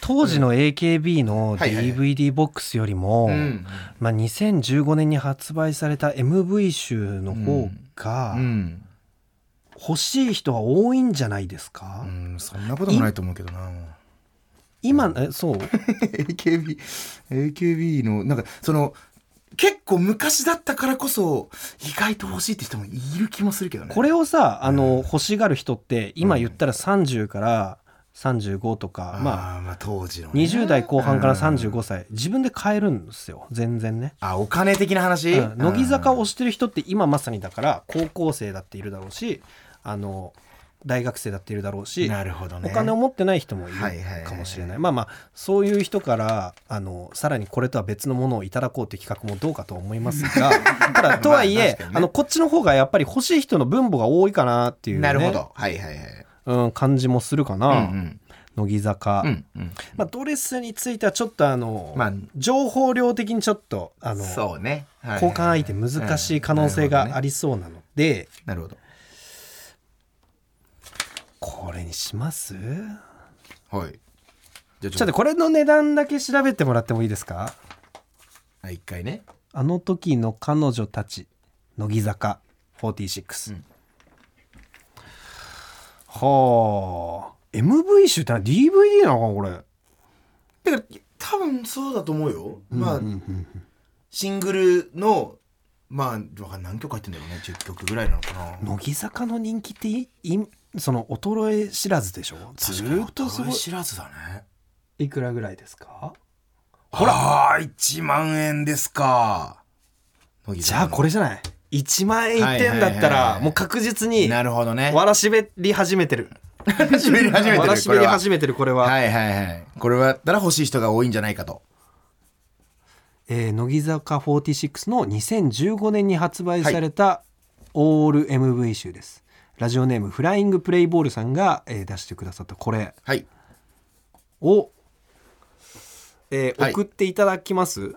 [SPEAKER 2] 当時の AKB
[SPEAKER 3] は
[SPEAKER 2] の
[SPEAKER 3] いはいはい
[SPEAKER 2] DVD ボックスよりも、
[SPEAKER 3] うん
[SPEAKER 2] まあ、2015年に発売された MV 集の方が
[SPEAKER 3] うん、
[SPEAKER 2] 欲しい人は多いんじゃないですか、
[SPEAKER 3] うん、そんなこともないと思うけどな
[SPEAKER 2] 今えそう
[SPEAKER 3] AKB AKB のなんかその結構昔だったからこそ意外と欲しいって人もいる気もするけどね
[SPEAKER 2] これを さあの欲しがる人って今言ったら30から35とか、まあ
[SPEAKER 3] あーまあ当時のね、
[SPEAKER 2] 20代後半から
[SPEAKER 3] うん
[SPEAKER 2] 35歳自分で買えるんですよ全然ね。
[SPEAKER 3] あお金的な話、
[SPEAKER 2] うん乃木坂を推してる人って今まさにだから高校生だっているだろうしあの大学生だっているだろうし、
[SPEAKER 3] なるほどね
[SPEAKER 2] お金を持ってない人もいる
[SPEAKER 3] はいはいはい
[SPEAKER 2] かもしれない,、まあまあそういう人からあのさらにこれとは別のものをいただこうという企画もどうかと思います がただとはい
[SPEAKER 3] まあ
[SPEAKER 2] え
[SPEAKER 3] 確、かに
[SPEAKER 2] あ
[SPEAKER 3] ね
[SPEAKER 2] のこっちの方がやっぱり欲しい人の分母が多いかなっていう、ね
[SPEAKER 3] なるほどはいはいはい
[SPEAKER 2] うん、感じもするかな、
[SPEAKER 3] うん
[SPEAKER 2] 乃木坂、
[SPEAKER 3] うんうんうん
[SPEAKER 2] まあ、ドレスについてはちょっとあの、
[SPEAKER 3] まあ
[SPEAKER 2] 情報量的にちょっとあの
[SPEAKER 3] そうね、はいはい
[SPEAKER 2] 交換相手難しい可能性がありそうなので、
[SPEAKER 3] なるほど,、ね、
[SPEAKER 2] これにしますちょ
[SPEAKER 3] なるほどはいじゃあ
[SPEAKER 2] っとこれの値段だけ調べてもらってもいいですか
[SPEAKER 3] はい一回ね
[SPEAKER 2] あの時の彼女たち乃木坂46、
[SPEAKER 3] うん
[SPEAKER 2] はあ MV 集ってのは DVD なのかこれ
[SPEAKER 3] だから多分そうだと思うよ、まあ
[SPEAKER 2] うんうんうん
[SPEAKER 3] シングルのまあわかんない何曲入ってんだろうね10曲ぐらいなのかな
[SPEAKER 2] 乃木坂の人気っていいその衰え知らずでしょずーっとすごい
[SPEAKER 3] 知らずだね
[SPEAKER 2] いくらぐらいですか
[SPEAKER 3] ほら1万円ですか
[SPEAKER 2] じゃあこれじゃない1万円いって
[SPEAKER 3] は
[SPEAKER 2] んだった
[SPEAKER 3] いはいはい
[SPEAKER 2] ら
[SPEAKER 3] はい
[SPEAKER 2] もう確実に
[SPEAKER 3] なるほどね
[SPEAKER 2] わらしべり始めてる
[SPEAKER 3] 始めり始めてる
[SPEAKER 2] わらしべ
[SPEAKER 3] こ
[SPEAKER 2] り
[SPEAKER 3] れは
[SPEAKER 2] 始めてるこれは、
[SPEAKER 3] はいはいはいこれはだから欲しい人が多いんじゃないかと
[SPEAKER 2] えー乃木坂46の2015年に発売されたオール MV 集です、ラジオネームフライングプレイボールさんが、えー出してくださったこれ
[SPEAKER 3] はい
[SPEAKER 2] を、えー
[SPEAKER 3] はい
[SPEAKER 2] 送っていただきます、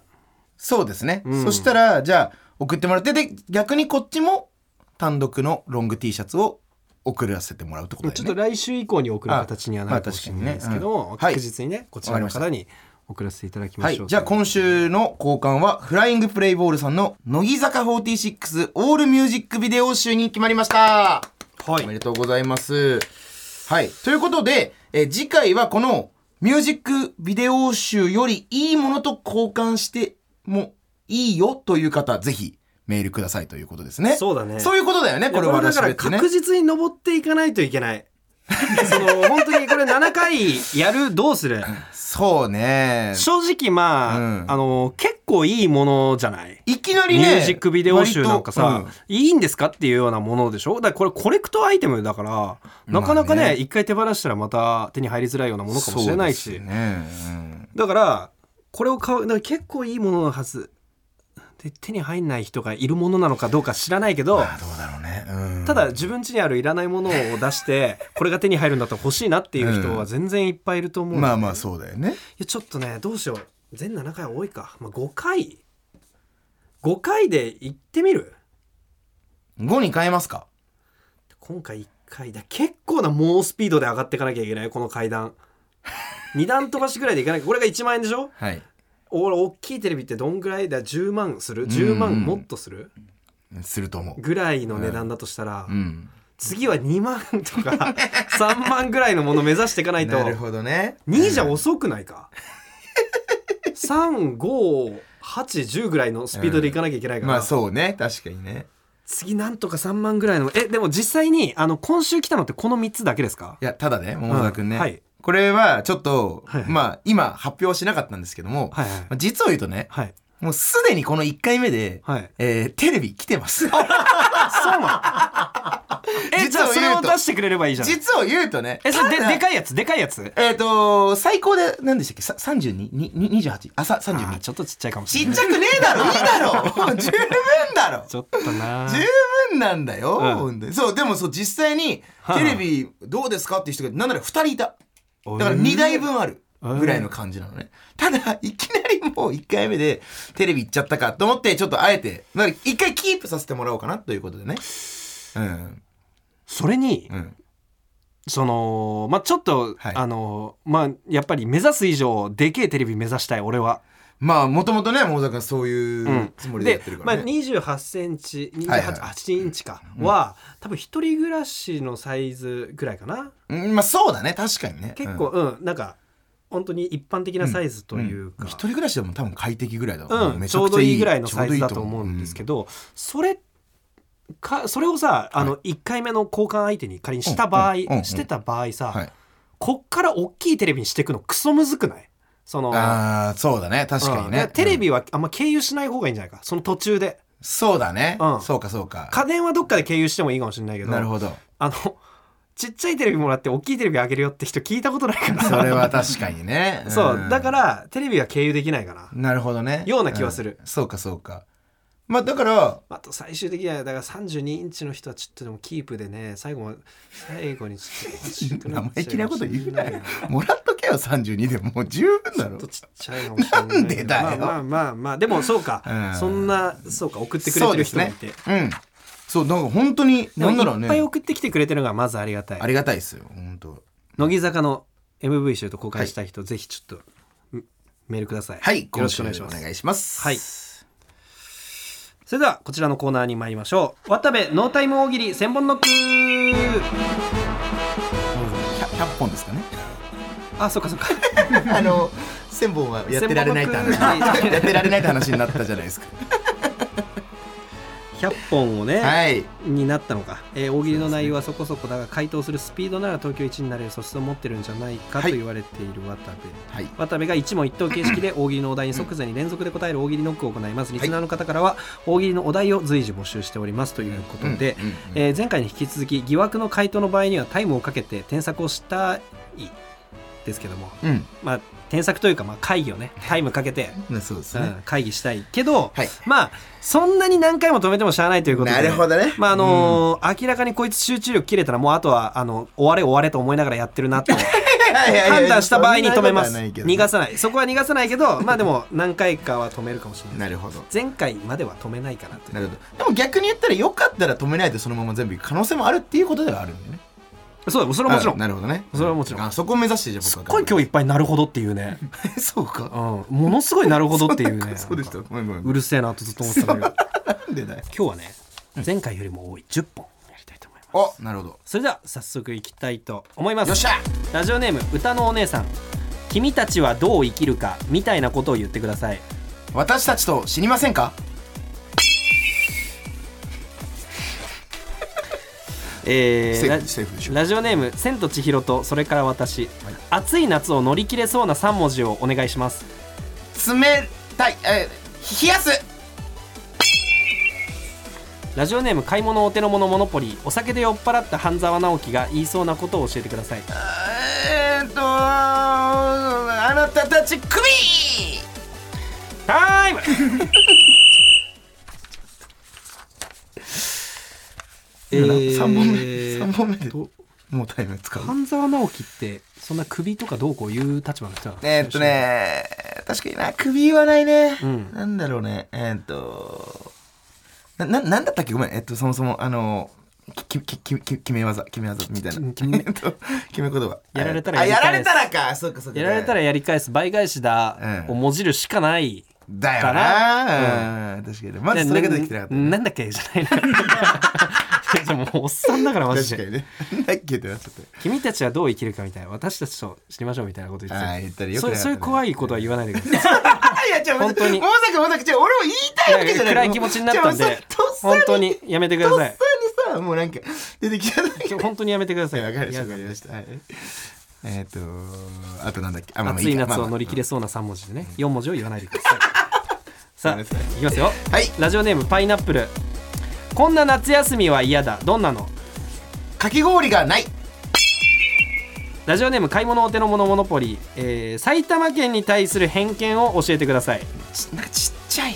[SPEAKER 3] そうですね、
[SPEAKER 2] うん
[SPEAKER 3] そしたらじゃあ送ってもらってで逆にこっちも単独のロング T シャツを送らせてもらうってことだよね
[SPEAKER 2] ちょっと来週以降に送る形にはなるかもしれないですけど
[SPEAKER 3] ま
[SPEAKER 2] も、
[SPEAKER 3] あ確かにねうん
[SPEAKER 2] 確実にねこちらの方に送らせていただきま
[SPEAKER 3] は
[SPEAKER 2] しょう、
[SPEAKER 3] い、じゃあ今週の交換はフライングプレイボールさんの乃木坂46オールミュージックビデオ集に決まりました
[SPEAKER 2] はい
[SPEAKER 3] おめでとうございますはいということでえー次回はこのミュージックビデオ集よりいいものと交換してもいいよという方ぜひメールくださいということですね
[SPEAKER 2] そうだね
[SPEAKER 3] そういうことだよねこれ
[SPEAKER 2] いや
[SPEAKER 3] は
[SPEAKER 2] これだから
[SPEAKER 3] 私別ね
[SPEAKER 2] 確実に登っていかないといけない。その本当にこれ7回やるどうする
[SPEAKER 3] そうね
[SPEAKER 2] 正直まあ、
[SPEAKER 3] うん
[SPEAKER 2] あの結構いいものじゃない
[SPEAKER 3] いきなり
[SPEAKER 2] ミュ
[SPEAKER 3] ね
[SPEAKER 2] ージックビデオ集なん
[SPEAKER 3] 割
[SPEAKER 2] か
[SPEAKER 3] と
[SPEAKER 2] さ、
[SPEAKER 3] うん
[SPEAKER 2] いいんですかっていうようなものでしょだからこれコレクトアイテムだからなかなか
[SPEAKER 3] まあ
[SPEAKER 2] ね
[SPEAKER 3] ね
[SPEAKER 2] 一、回手放したらまた手に入りづらいようなものかもしれない
[SPEAKER 3] そうで
[SPEAKER 2] し、
[SPEAKER 3] すねうん
[SPEAKER 2] だからこれを買うだから結構いいもののはずで手に入んない人がいるものなのかどうか知らないけど、
[SPEAKER 3] あどうだろうね、うん
[SPEAKER 2] ただ自分家にあるいらないものを出してこれが手に入るんだったら欲しいなっていう人は全然いっぱいいると思う、
[SPEAKER 3] まあまあ
[SPEAKER 2] い
[SPEAKER 3] そうだよね
[SPEAKER 2] やちょっとねどうしよう全7回多いか、まあ、5回5回で行ってみる
[SPEAKER 3] 5に変えますか
[SPEAKER 2] 今回1回だ結構な猛スピードで上がっていかなきゃいけないこの階段2段飛ばしぐらいでいかなきゃこれが1万円でしょ
[SPEAKER 3] はい
[SPEAKER 2] お大きいテレビってどんぐらいだ10万する10
[SPEAKER 3] うんう
[SPEAKER 2] 万
[SPEAKER 3] ん
[SPEAKER 2] もっとする
[SPEAKER 3] すると思う
[SPEAKER 2] ぐらいの値段だとしたら、
[SPEAKER 3] うん
[SPEAKER 2] 次は2万とか3万ぐらいのもの目指していかないと
[SPEAKER 3] なるほどね
[SPEAKER 2] 2じゃ遅くないか ?3580 ぐらいのスピードでいかなきゃいけないから、
[SPEAKER 3] まあそうね確かにね
[SPEAKER 2] 次なんとか3万ぐらいのえでも実際にあの今週来たのってこの3つだけですか
[SPEAKER 3] いやただね桃沢君ね、
[SPEAKER 2] うんはい
[SPEAKER 3] これはちょっと、
[SPEAKER 2] はいはい
[SPEAKER 3] まあ今発表はしなかったんですけども、
[SPEAKER 2] はいはい
[SPEAKER 3] まあ実を言うとね
[SPEAKER 2] はい
[SPEAKER 3] もうすでにこの1回目で、
[SPEAKER 2] はい
[SPEAKER 3] えーテレビ来てます。
[SPEAKER 2] そうなのえじ
[SPEAKER 3] 実
[SPEAKER 2] ゃあ
[SPEAKER 3] を
[SPEAKER 2] そ
[SPEAKER 3] 言
[SPEAKER 2] れ
[SPEAKER 3] う
[SPEAKER 2] を
[SPEAKER 3] と
[SPEAKER 2] 出してくれればいいじゃん
[SPEAKER 3] 実を言うとね。
[SPEAKER 2] えそれ
[SPEAKER 3] た
[SPEAKER 2] で
[SPEAKER 3] だ
[SPEAKER 2] でかいやつでかいやつ
[SPEAKER 3] えっ、と、最高で、何でしたっけさ ?32? にに28? あ、さ
[SPEAKER 2] あ
[SPEAKER 3] 32
[SPEAKER 2] ー。ちょっとちっちゃいかもし
[SPEAKER 3] ち
[SPEAKER 2] れ
[SPEAKER 3] っ
[SPEAKER 2] ない
[SPEAKER 3] ちゃくねえだろいいだろもう十分だろ
[SPEAKER 2] ちょっとな
[SPEAKER 3] 十分なんだよ、
[SPEAKER 2] うん
[SPEAKER 3] 本当にそう、でもそう、実際に、
[SPEAKER 2] はあ
[SPEAKER 3] テレビどうですかっていう人が、なんなら2人いた。だから
[SPEAKER 2] えー
[SPEAKER 3] 2台分ある。ぐらいの感じなのね。ただ、いきなりもう1回目でテレビ行っちゃったかと思って、ちょっとあえて、まあ一回キープさせてもらおうかなということでね。うん。
[SPEAKER 2] それに
[SPEAKER 3] うん。
[SPEAKER 2] そのまあちょっと、
[SPEAKER 3] はい
[SPEAKER 2] あのまあやっぱり目指す以上でけえテレビ目指したい俺は
[SPEAKER 3] まあ、もともとね、桃沢君はそういうつもりでやってるからね。
[SPEAKER 2] まあ、28センチ28、
[SPEAKER 3] はいはい
[SPEAKER 2] 8インチかは、多分一人暮らしのサイズぐらいかな
[SPEAKER 3] うんまあ、そうだね。確かにね。
[SPEAKER 2] 結構
[SPEAKER 3] うん、
[SPEAKER 2] うん、なんか本当に一般的なサイズという
[SPEAKER 3] うん
[SPEAKER 2] か
[SPEAKER 3] 一、人暮らしでも多分快適ぐらいだわ
[SPEAKER 2] う
[SPEAKER 3] も
[SPEAKER 2] ん
[SPEAKER 3] め
[SPEAKER 2] ち
[SPEAKER 3] ちゃ
[SPEAKER 2] ょ
[SPEAKER 3] く
[SPEAKER 2] う
[SPEAKER 3] ちゃ
[SPEAKER 2] ど
[SPEAKER 3] いい
[SPEAKER 2] いいぐらいのサイズだと
[SPEAKER 3] ち
[SPEAKER 2] 思うんですけ
[SPEAKER 3] ど。
[SPEAKER 2] ど、それかそれをさあの1回目の交換相手に仮にした場合、
[SPEAKER 3] うんうんうん
[SPEAKER 2] してた場合さ、
[SPEAKER 3] はい
[SPEAKER 2] こっから大きいテレビにしていくのクソむずくないその
[SPEAKER 3] ああ、そうだね。確かに
[SPEAKER 2] うんだら
[SPEAKER 3] ね。
[SPEAKER 2] テレ
[SPEAKER 3] うん
[SPEAKER 2] ビはあんま経由しない方がいいんじゃないかその途中で
[SPEAKER 3] そうだね
[SPEAKER 2] う。ん
[SPEAKER 3] そうか、そうか。
[SPEAKER 2] 家電はどっかで経由してもいいかもしれないけど
[SPEAKER 3] なるほど。
[SPEAKER 2] あの ちっちゃいテレビもらって大きいテレビあげるよって人聞いたことないか ら。
[SPEAKER 3] それは確かにね。
[SPEAKER 2] そうだかららテレビは経由できないかな、
[SPEAKER 3] なるほどね。
[SPEAKER 2] ような気はする
[SPEAKER 3] うんそうか、そうか。まあ、だ から、
[SPEAKER 2] あと最終的にはだから32インチの人はちょっとでもキープでね最後ま最後にちょっと欲しくなっ
[SPEAKER 3] 生
[SPEAKER 2] ちゃう
[SPEAKER 3] 意気なこと言うなよ
[SPEAKER 2] ち。
[SPEAKER 3] もらっとけよ、32でも。もう十分だ
[SPEAKER 2] ょ
[SPEAKER 3] ろ
[SPEAKER 2] っと。ちっちゃいかもしれないけど
[SPEAKER 3] なんでだよ
[SPEAKER 2] まあまあまあ、まあ、でもそうか、
[SPEAKER 3] うん
[SPEAKER 2] そんなそうか送ってくれてる人もいて、
[SPEAKER 3] そうですね。うん。そう、なんか本当に、
[SPEAKER 2] で
[SPEAKER 3] な
[SPEAKER 2] も
[SPEAKER 3] んだろう
[SPEAKER 2] いっぱい
[SPEAKER 3] ね。
[SPEAKER 2] 送ってきてくれてるのがまずありがたい
[SPEAKER 3] ありがたいですよ、本当。
[SPEAKER 2] 乃木坂の MV 集と公開したい人、ぜひちょっとうんメールください
[SPEAKER 3] はい、
[SPEAKER 2] よろしくお願いしま
[SPEAKER 3] 今週
[SPEAKER 2] す
[SPEAKER 3] お願いします。
[SPEAKER 2] はいそれではこちらのコーナーに参りましょう渡部ノータイム大喜利千本ノック
[SPEAKER 3] 100 100本ですかね。
[SPEAKER 2] あそっかそっか
[SPEAKER 3] あの、千本はやってられないって
[SPEAKER 2] 千本
[SPEAKER 3] 話。
[SPEAKER 2] 僕
[SPEAKER 3] やってられないって話になったじゃない ですか。
[SPEAKER 2] 100本をね、
[SPEAKER 3] はい。
[SPEAKER 2] になったのか、えー大喜利の内容はそこそこだが回答するスピードなら東京一になれる素質を持ってるんじゃないか
[SPEAKER 3] は
[SPEAKER 2] と
[SPEAKER 3] い
[SPEAKER 2] 言われている渡部、
[SPEAKER 3] はい。
[SPEAKER 2] 渡部が一問一答形式で大喜利のお題に即座に連続で答える大喜利ノックを行いますリ
[SPEAKER 3] い
[SPEAKER 2] スナーの方からは大喜利のお題を随時募集しておりますということで、
[SPEAKER 3] うんうんうん
[SPEAKER 2] えー前回に引き続き疑惑の回答の場合にはタイムをかけて添削をしたいですけども
[SPEAKER 3] うん。
[SPEAKER 2] まあ添削というかまあ会議をねタイムかけて、
[SPEAKER 3] まあそうです
[SPEAKER 2] う
[SPEAKER 3] ね。
[SPEAKER 2] ん、会議したいけど、
[SPEAKER 3] はい
[SPEAKER 2] まあそんなに何回も止めてもしゃあないということで
[SPEAKER 3] なるほどね。
[SPEAKER 2] まああのー明らかにこいつ集中力切れたらもうあとはあの終われ終われと 思いながらやってるなと判断した場合に止めます逃が
[SPEAKER 3] す。
[SPEAKER 2] さないそこは逃がさないけどまあでも何回かは止めるかもしれない
[SPEAKER 3] なるほど。
[SPEAKER 2] 前回までは止めないかなと
[SPEAKER 3] なるほど。でも逆に言ったら、よかったら止めないでそのまま全部行く可能性もあるっていうことではあるんでね。
[SPEAKER 2] そうだそれはもちろ
[SPEAKER 3] あ
[SPEAKER 2] ん
[SPEAKER 3] なるほどね。
[SPEAKER 2] それはもちろん
[SPEAKER 3] あそこを目指してじゃあ僕
[SPEAKER 2] すっ
[SPEAKER 3] は
[SPEAKER 2] ごい今日いっぱいなるほどっていうね、
[SPEAKER 3] 日。そう
[SPEAKER 2] うん、
[SPEAKER 3] か。
[SPEAKER 2] ものすごいなるほどっていうね
[SPEAKER 3] そうでした。ごめんごめん。
[SPEAKER 2] うるせえなとずっと思ってたんだけど
[SPEAKER 3] なんでだよ。
[SPEAKER 2] 今日はね前回よりも多い10本やりたいと思います
[SPEAKER 3] おなるほど。
[SPEAKER 2] それでは早速いきたいと思います
[SPEAKER 3] よっしゃ
[SPEAKER 2] ラジオネーム歌のお姉さん君たちはどう生きるかみたいなことを言ってください
[SPEAKER 3] 私たちと死にませんか
[SPEAKER 2] え
[SPEAKER 3] セーフセーフでし
[SPEAKER 2] ー
[SPEAKER 3] ょ
[SPEAKER 2] ララジオネーム「千と千尋とそれから私」暑い夏を乗り切れそうな3文字をお願いします
[SPEAKER 3] 冷たい、えー、冷やす
[SPEAKER 2] ラジオネーム「買い物お手の物モノポリー」お酒で酔っ払った半沢直樹が言いそうなことを教えてください
[SPEAKER 3] えーっと、あなたたち首
[SPEAKER 2] タイムえー
[SPEAKER 3] 三本目三本目でもうタイム使う。
[SPEAKER 2] 半沢直樹ってそんな首とかどうこう言う立場の人なの
[SPEAKER 3] えーっとね、確かにな、首はないね。
[SPEAKER 2] うん
[SPEAKER 3] なんだろうね、えーっと、な、ななんだったっけごめん、えっと、そもそも、あの、き、き、き、き、決め技、決め技みたいな。
[SPEAKER 2] きめ
[SPEAKER 3] えっと決め言葉。
[SPEAKER 2] やられたら
[SPEAKER 3] あやら
[SPEAKER 2] や
[SPEAKER 3] れ
[SPEAKER 2] り返
[SPEAKER 3] た
[SPEAKER 2] す
[SPEAKER 3] らか、そうか、そうか。
[SPEAKER 2] やられたらやり返す倍返しだ
[SPEAKER 3] う
[SPEAKER 2] を
[SPEAKER 3] ん
[SPEAKER 2] もじるしかない、
[SPEAKER 3] だよ
[SPEAKER 2] か
[SPEAKER 3] な、うん、確かに。まずそれができてなかったよね、
[SPEAKER 2] なんだっけじゃないな じゃあもうおっさんだからマジ
[SPEAKER 3] 確か
[SPEAKER 2] で
[SPEAKER 3] にね。なんだっけってなっちゃった
[SPEAKER 2] 君たちはどう生きるかみたいな私たちと知りましょうみたいなこと言って
[SPEAKER 3] あー言ったらよく
[SPEAKER 2] そ
[SPEAKER 3] な
[SPEAKER 2] う
[SPEAKER 3] かったね
[SPEAKER 2] そういう怖いことは言わないでください
[SPEAKER 3] あいや、じゃあ、
[SPEAKER 2] 本
[SPEAKER 3] 本
[SPEAKER 2] 当
[SPEAKER 3] 当
[SPEAKER 2] に
[SPEAKER 3] に。まさか、まさか、じゃあ、俺も言いたいわけじゃない。
[SPEAKER 2] 暗い気持ちになったん
[SPEAKER 3] じゃあ
[SPEAKER 2] で
[SPEAKER 3] とっさ
[SPEAKER 2] 本
[SPEAKER 3] に、
[SPEAKER 2] 当にやめてくだ
[SPEAKER 3] とっ
[SPEAKER 2] さ
[SPEAKER 3] さ
[SPEAKER 2] い
[SPEAKER 3] にさ、もうなんか、出てきただけ
[SPEAKER 2] ちょ本当にやめてください
[SPEAKER 3] わかりました
[SPEAKER 2] 嫌
[SPEAKER 3] わかりましたはいえっ、とあとなんだっけあまあまあ
[SPEAKER 2] 暑い
[SPEAKER 3] か
[SPEAKER 2] 夏を乗り切れそうな3文字でね4文字を言わないでください
[SPEAKER 3] そ
[SPEAKER 2] さ
[SPEAKER 3] う
[SPEAKER 2] あ
[SPEAKER 3] で
[SPEAKER 2] い
[SPEAKER 3] すね
[SPEAKER 2] きますよ
[SPEAKER 3] はい
[SPEAKER 2] ラジオネームパイナップルこんな夏休みは嫌だどんなの
[SPEAKER 3] かき氷がない
[SPEAKER 2] ラジオネーム買い物お手の物モノポリー、えー埼玉県に対する偏見を教えてください
[SPEAKER 3] ちなんかちっちゃい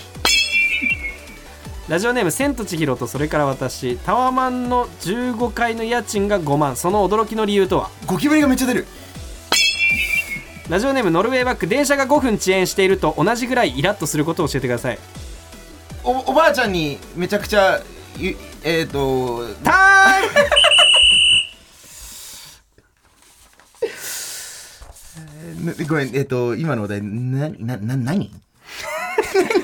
[SPEAKER 2] ラジオネーム「千と千尋とそれから私」タワマンの15階の家賃が5万その驚きの理由とは
[SPEAKER 3] ゴキブリがめっちゃ出る
[SPEAKER 2] ラジオネームノルウェーバック電車が5分遅延していると同じぐらいイラッとすることを教えてください
[SPEAKER 3] おおばあちゃんにめちゃくちゃゆえっ、と
[SPEAKER 2] タイム
[SPEAKER 3] なご めんえっ、と今のお題ななな何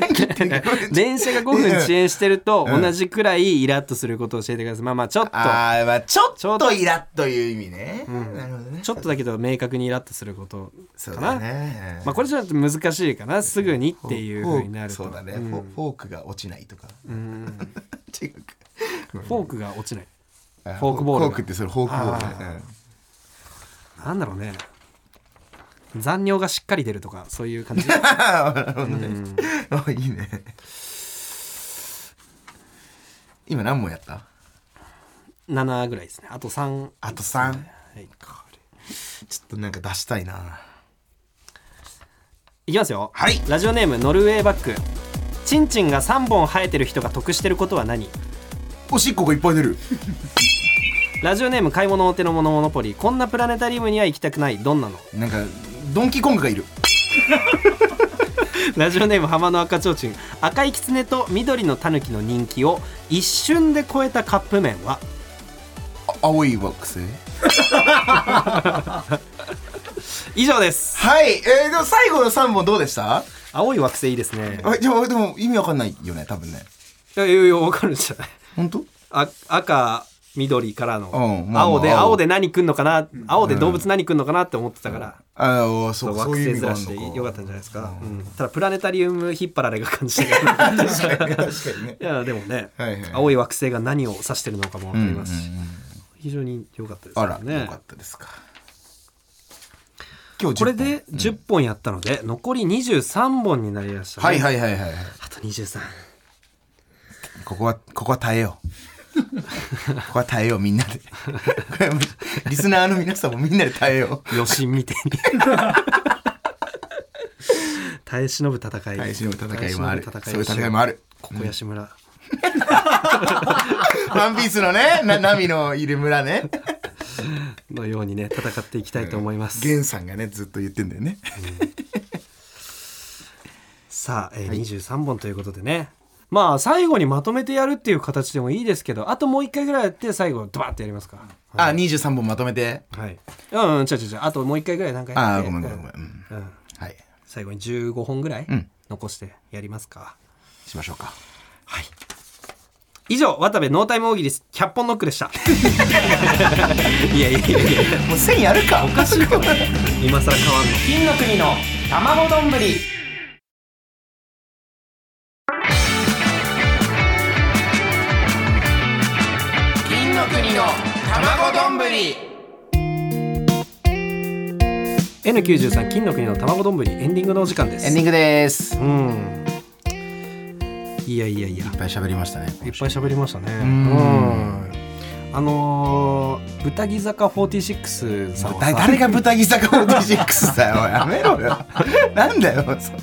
[SPEAKER 2] 電車が5分遅延してると同じくらいイラッとすることを教えてくださいまあまあちょっと
[SPEAKER 3] あー、まあ、ちょ
[SPEAKER 2] ちょう
[SPEAKER 3] っ
[SPEAKER 2] ど
[SPEAKER 3] とイラッという意味ね、なるほどね
[SPEAKER 2] ちょっとだけど明確にイラッとすること
[SPEAKER 3] そう
[SPEAKER 2] かな、
[SPEAKER 3] だね
[SPEAKER 2] まあこれちょっと難しいかなすぐにっていうふうになると
[SPEAKER 3] そうだね、
[SPEAKER 2] ん
[SPEAKER 3] フォフォークが落ちないとか、 違うか
[SPEAKER 2] フォークが落ちない
[SPEAKER 3] フォ
[SPEAKER 2] フォークボール
[SPEAKER 3] フォークってそれフォークボールね、うん
[SPEAKER 2] なんだろうね残尿がしっかり出るとかそうい う感じ
[SPEAKER 3] あーなるほどね。あいいね。今何問やった
[SPEAKER 2] 7ぐらいですねあと3
[SPEAKER 3] あと3。こ
[SPEAKER 2] はい、
[SPEAKER 3] れちょっとなんか出したいな。
[SPEAKER 2] いきますよ
[SPEAKER 3] はい
[SPEAKER 2] ラジオネームノルウェーバックチンチンが3本生えてる人が得してることは何
[SPEAKER 3] おしっこがいっぱい出る。
[SPEAKER 2] ラジオネーム買い物お手の物モノポリこんなプラネタリウムには行きたくないどんなの
[SPEAKER 3] なんか、ドンキーコングがいる。
[SPEAKER 2] ラジオネーム浜の赤ちょうちん赤いキツネと緑のタヌキの人気を一瞬で超えたカップ麺は
[SPEAKER 3] あ青い惑星
[SPEAKER 2] 以上です
[SPEAKER 3] はい。えー、でも最後の3問どうでした
[SPEAKER 2] 青い惑星いいですね
[SPEAKER 3] あ、でも、でも意味わかんないよね、多分ね。
[SPEAKER 2] いやいやいやわかるんじゃない
[SPEAKER 3] ほんと
[SPEAKER 2] あ赤緑からの、
[SPEAKER 3] うんまあまあ
[SPEAKER 2] 青で
[SPEAKER 3] 青
[SPEAKER 2] 青で何くんのかな青で動物何くんのかなって思ってたから、
[SPEAKER 3] あーそう
[SPEAKER 2] 惑
[SPEAKER 3] そういう意味
[SPEAKER 2] 星ず
[SPEAKER 3] があ
[SPEAKER 2] ら
[SPEAKER 3] る
[SPEAKER 2] して
[SPEAKER 3] のか。
[SPEAKER 2] よかったんじゃないですか、うんただプラネタリウム引っ張られが感じたから い
[SPEAKER 3] 確かに、確かにね。
[SPEAKER 2] やでもね、
[SPEAKER 3] はいはい
[SPEAKER 2] 青い惑星が何を指してるのかも分かりますし、
[SPEAKER 3] うん
[SPEAKER 2] 非常に良かったです
[SPEAKER 3] あ
[SPEAKER 2] よ
[SPEAKER 3] ら、よ
[SPEAKER 2] ね
[SPEAKER 3] かったですか。今日10
[SPEAKER 2] これ
[SPEAKER 3] 本
[SPEAKER 2] で10本やったので、残り23本になりました、ね、
[SPEAKER 3] はいはいはいはいはい。
[SPEAKER 2] あと23
[SPEAKER 3] ここは、ここは耐えよう。 ここは耐えよう、みんなで。 これはもうリスナーの皆さんもみんなで耐えよ
[SPEAKER 2] 余震みたい に耐え忍ぶ戦い
[SPEAKER 3] 耐え忍ぶ戦いもある
[SPEAKER 2] 耐え忍ぶ
[SPEAKER 3] そういう戦いもある
[SPEAKER 2] ここ吉村、
[SPEAKER 3] う。ワンピースのね、な、ナミのいる村 ね。
[SPEAKER 2] のようにね戦っていきたいと思います、
[SPEAKER 3] ゲンさんがね、ずっと言ってんだよね。
[SPEAKER 2] さあ、えー23本ということでねまあ最後にまとめてやるっていう形でもいいですけどあともう一回ぐらいやって最後ドバッてやりますか
[SPEAKER 3] あ、23本まとめて。
[SPEAKER 2] はいうんうん違う違う違うあともう一回ぐらいなんかやって
[SPEAKER 3] あー、ごめんごめんごめん。うん
[SPEAKER 2] うんうん
[SPEAKER 3] はい。
[SPEAKER 2] 最後に15本ぐらい
[SPEAKER 3] うん
[SPEAKER 2] 残してやりますか、
[SPEAKER 3] しましょうか。
[SPEAKER 2] はい以上渡部ノータイム大喜利100本ノックでした いやいやいやいや
[SPEAKER 3] もう1000やるか。おかしいか。
[SPEAKER 2] 今更変わんの金の国の卵丼ぶり
[SPEAKER 3] 金の国の卵丼ぶり。
[SPEAKER 2] N93 金の国の卵丼ぶりエンディングのお時間です
[SPEAKER 3] エンディングです。いっ
[SPEAKER 2] うんいやいやいや
[SPEAKER 3] ぱい喋りましたね。
[SPEAKER 2] いっぱい喋りましたねうんあのー、豚木坂46さんは
[SPEAKER 3] だ
[SPEAKER 2] さ
[SPEAKER 3] 誰が豚木坂46だよおいやめろよなんだよその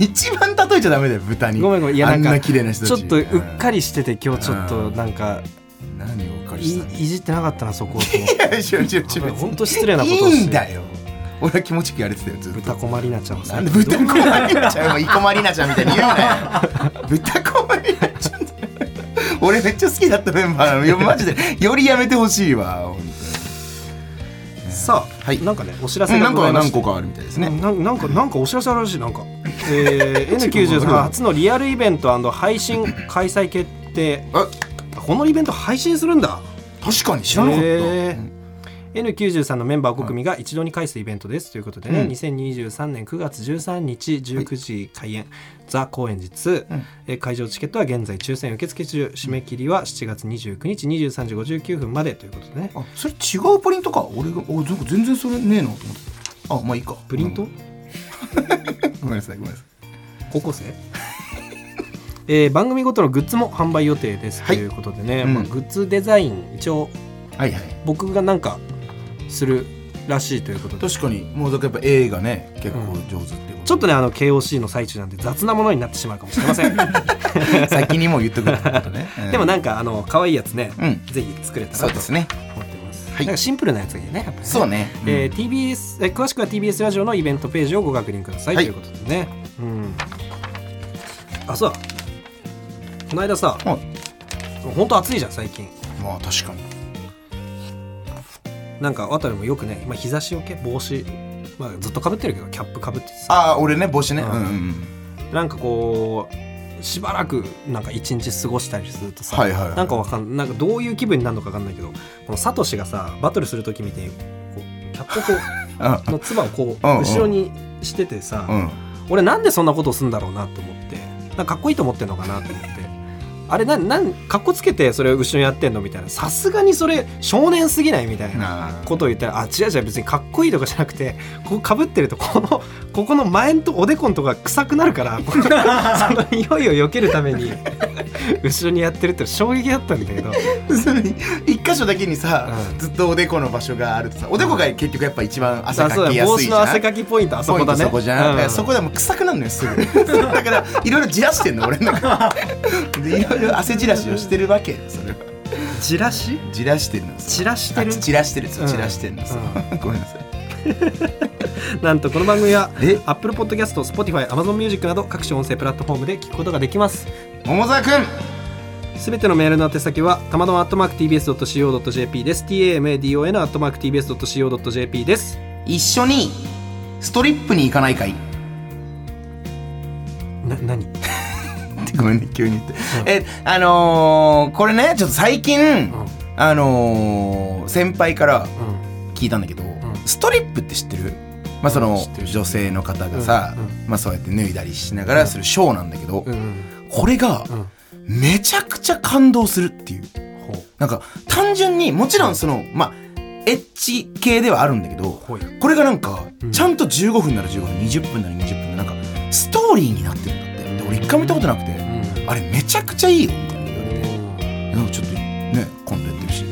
[SPEAKER 3] 一番例えちゃダメだよ豚に
[SPEAKER 2] ごめんごめんいや
[SPEAKER 3] あ
[SPEAKER 2] なんんか
[SPEAKER 3] な綺麗な人
[SPEAKER 2] ちょ
[SPEAKER 3] た
[SPEAKER 2] っ
[SPEAKER 3] ち
[SPEAKER 2] とうっか
[SPEAKER 3] り、
[SPEAKER 2] りしてて今日ちょっとなんか
[SPEAKER 3] うん何をうっかり
[SPEAKER 2] い
[SPEAKER 3] したの
[SPEAKER 2] いじってなかったなそこをと思っ
[SPEAKER 3] いやいやいや
[SPEAKER 2] て
[SPEAKER 3] いや
[SPEAKER 2] 本当失礼なことを
[SPEAKER 3] いい
[SPEAKER 2] し
[SPEAKER 3] ん
[SPEAKER 2] て
[SPEAKER 3] だよ俺は気持ちよくやれてたよずっと
[SPEAKER 2] 豚こまりなちゃんは
[SPEAKER 3] な
[SPEAKER 2] さ
[SPEAKER 3] んで豚こまりなちゃんも生駒里奈ちゃんみたいに言うなよ豚こまりなちゃんって俺めっちゃ好きだったメンバーなのよマジでよりやめてほしいわ本当に
[SPEAKER 2] さあ、
[SPEAKER 3] はい
[SPEAKER 2] なんかねお知ら
[SPEAKER 3] う
[SPEAKER 2] せ
[SPEAKER 3] ん
[SPEAKER 2] が
[SPEAKER 3] 何
[SPEAKER 2] ご
[SPEAKER 3] 個
[SPEAKER 2] ざ
[SPEAKER 3] か
[SPEAKER 2] いま
[SPEAKER 3] 何
[SPEAKER 2] して
[SPEAKER 3] 個かあるみたいですね、
[SPEAKER 2] ななんかなんかお知らせあるらし いなんか、えー、N93 初のリアルイベント配信開催決定
[SPEAKER 3] あ
[SPEAKER 2] このイベント配信するんだ
[SPEAKER 3] 確かに知らなかった、
[SPEAKER 2] へー N93 のメンバー5組が一堂に会すイベントですということでね、
[SPEAKER 3] うん
[SPEAKER 2] 2023年9月13日19時開演、ザ・高円寺2、
[SPEAKER 3] うん
[SPEAKER 2] えー会場チケットは現在抽選受付中締め切りは7月29日23時59分までということでね
[SPEAKER 3] あそれ違うプリントか俺がおなんか全然それねえなと思ってあまあいいか
[SPEAKER 2] プリント
[SPEAKER 3] ごめんなさいごめんなさい
[SPEAKER 2] 高校生 えー番組ごとのグッズも販売予定です、
[SPEAKER 3] はい
[SPEAKER 2] ということでね、
[SPEAKER 3] うん
[SPEAKER 2] まあ、グッズデザイン一応
[SPEAKER 3] はいはい
[SPEAKER 2] 僕がなんかするらしいということで
[SPEAKER 3] 確かにもうだからやっぱ A がね結構上手っていう
[SPEAKER 2] ちょっと
[SPEAKER 3] ね
[SPEAKER 2] ねあの KOC の最中なんで雑なものになってしまうかもしれ ません
[SPEAKER 3] 先にもう言っとくってこと ね、うん
[SPEAKER 2] でもなんかあの可愛いやつね、
[SPEAKER 3] うん
[SPEAKER 2] ぜひ作れた
[SPEAKER 3] そう
[SPEAKER 2] ら
[SPEAKER 3] で
[SPEAKER 2] と
[SPEAKER 3] すね
[SPEAKER 2] 思ってます、
[SPEAKER 3] はい
[SPEAKER 2] なんかシンプルなやつがいいねやっぱりね
[SPEAKER 3] そうね、うん
[SPEAKER 2] えー TBS えー詳しくは TBS ラジオのイベントページをご確認ください、
[SPEAKER 3] はい
[SPEAKER 2] ということでね、うん、あそうだこの間さ
[SPEAKER 3] はい
[SPEAKER 2] 本当暑いじゃん最近
[SPEAKER 3] まあ確かに
[SPEAKER 2] なんか渡部もよくね今日差しよけ帽子、まあ、ずっとかぶってるけどキャップかぶっててさ
[SPEAKER 3] ああ俺ね帽子ね
[SPEAKER 2] う
[SPEAKER 3] うんんうんうん
[SPEAKER 2] なんかこうしばらくなんか一日過ごしたりするとさ、
[SPEAKER 3] はいはいはい
[SPEAKER 2] なんかわかんなんかどういう気分になるのかわかんないけどこのサトシがさバトルする時みたいにこうキャップをこ
[SPEAKER 3] うん
[SPEAKER 2] うのつばをこう
[SPEAKER 3] うんうん
[SPEAKER 2] 後ろにしててさ、
[SPEAKER 3] うん
[SPEAKER 2] 俺なんでそんなことをするんだろうなと思ってなんかかっこいいと思ってんのかなと思ってあれなんなんかっこつけてそれを後ろにやってんのみたいなさすがにそれ少年すぎないみたいな
[SPEAKER 3] なあ
[SPEAKER 2] ことを言ったらあ違う違う別にかっこいいとかじゃなくてここかぶってるとこのここの前んとおでこんとか臭くなるから このその匂いを避けるために後ろにやってるって衝撃だったんだけど
[SPEAKER 3] それに一箇所だけにさ、
[SPEAKER 2] うん
[SPEAKER 3] ずっとおでこの場所があるとさおでこが結局やっぱ一番汗
[SPEAKER 2] あそう
[SPEAKER 3] か
[SPEAKER 2] だ
[SPEAKER 3] きや
[SPEAKER 2] 帽
[SPEAKER 3] すい
[SPEAKER 2] 子
[SPEAKER 3] じゃ
[SPEAKER 2] の
[SPEAKER 3] ん
[SPEAKER 2] 汗かきポイントあそこだ
[SPEAKER 3] ポイント
[SPEAKER 2] ね
[SPEAKER 3] そこじゃん、
[SPEAKER 2] うん
[SPEAKER 3] だからそこでもう臭くなるのよすぐ だからいろいろじらしてんの俺の中 ででいろいろ汗じらしをしてるわけそれは
[SPEAKER 2] じらし
[SPEAKER 3] じらしてるの
[SPEAKER 2] 散らしてる
[SPEAKER 3] あ散らしてる
[SPEAKER 2] うん
[SPEAKER 3] 散らしてるの、そう ごめんなさい
[SPEAKER 2] なんとこの番組は
[SPEAKER 3] え
[SPEAKER 2] Apple Podcast、Spotify、Amazon Music など各種音声プラットフォームで聞くことができます。
[SPEAKER 3] 桃沢くん
[SPEAKER 2] すべてのメールの宛先はたまどん atmarktbs.co.jp です。tamadon atmarktbs.co.jp です。
[SPEAKER 3] 一緒にストリップに行かないかい
[SPEAKER 2] な、なに
[SPEAKER 3] ごめんね急に言って、えあのーこれねちょっと最近、あのー先輩から聞いたんだけど、ストリップって知ってるまあその
[SPEAKER 2] 知ってる
[SPEAKER 3] 女性の方がさ、
[SPEAKER 2] うんう
[SPEAKER 3] まあそうやって脱いだりしながらするショーなんだけど、
[SPEAKER 2] うん。うん。
[SPEAKER 3] これが
[SPEAKER 2] うん。
[SPEAKER 3] めちゃくちゃ感動するっていう
[SPEAKER 2] ほう。
[SPEAKER 3] なんか単純にもちろんそのまあエッチ系ではあるんだけど
[SPEAKER 2] ほい。
[SPEAKER 3] これがなんか
[SPEAKER 2] うん
[SPEAKER 3] ちゃんと15分なら15分20分なら20分なんかストーリーになってるんだってで俺一回も見たことなくてあれめちゃくちゃいいよみたいな言われてなんかちょっとね今度やってるし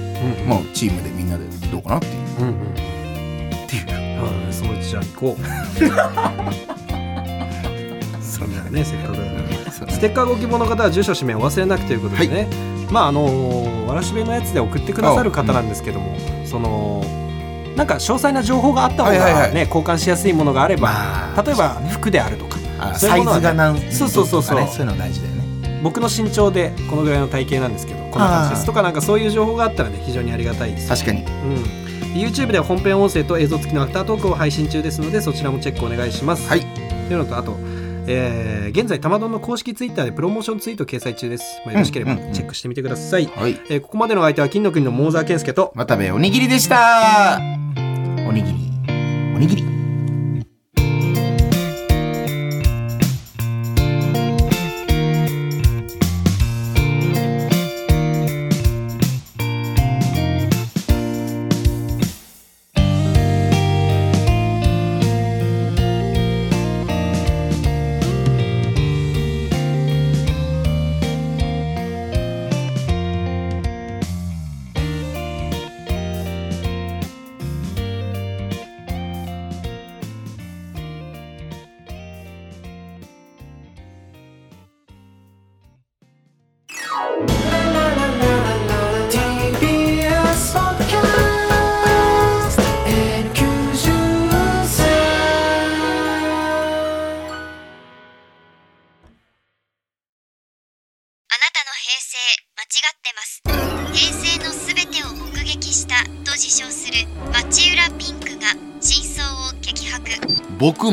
[SPEAKER 3] まあチームでみんなでどうかなっていう
[SPEAKER 2] うん。うん。うん。
[SPEAKER 3] っていう
[SPEAKER 2] あそのうちじゃあ行こう。
[SPEAKER 3] そ
[SPEAKER 2] みんなね、せっかくだから。
[SPEAKER 3] そう
[SPEAKER 2] ステッカーご希望の方は住所氏名を忘れなくということでね、まああのーわらしべのやつで送ってくださる方なんですけども、そのなんか詳細な情報があった方がね、
[SPEAKER 3] はいはいはい
[SPEAKER 2] 交換しやすいものがあれば、
[SPEAKER 3] まあ
[SPEAKER 2] 例えば服であるとか
[SPEAKER 3] あ
[SPEAKER 2] そうい
[SPEAKER 3] サイ
[SPEAKER 2] うものは
[SPEAKER 3] ズが何
[SPEAKER 2] そうそうそうそう
[SPEAKER 3] とかねそういうの大事だよね
[SPEAKER 2] 僕の身長でこのぐらいの体型なんですけどこんな感じで
[SPEAKER 3] あ
[SPEAKER 2] す
[SPEAKER 3] ー
[SPEAKER 2] とかなんかそういう情報があったらね非常にありがたいです。
[SPEAKER 3] 確かに
[SPEAKER 2] うん YouTube では本編音声と映像付きのアフタートークを配信中ですのでそちらもチェックお願いします。
[SPEAKER 3] はい
[SPEAKER 2] というのとあと、えー現在たまどんの公式ツイッターでプロモーションツイートを掲載中です、まあ、よろしければ
[SPEAKER 3] うんうんうん
[SPEAKER 2] チェックしてみてください、
[SPEAKER 3] はい
[SPEAKER 2] えーここまでのお相手は金の国の桃沢健介と
[SPEAKER 3] 渡部おにぎりでしたおにぎりおにぎり
[SPEAKER 4] あなたの平成間違ってます平成のすべてを目撃したと自称する町浦ピンクが真相を激白
[SPEAKER 5] 僕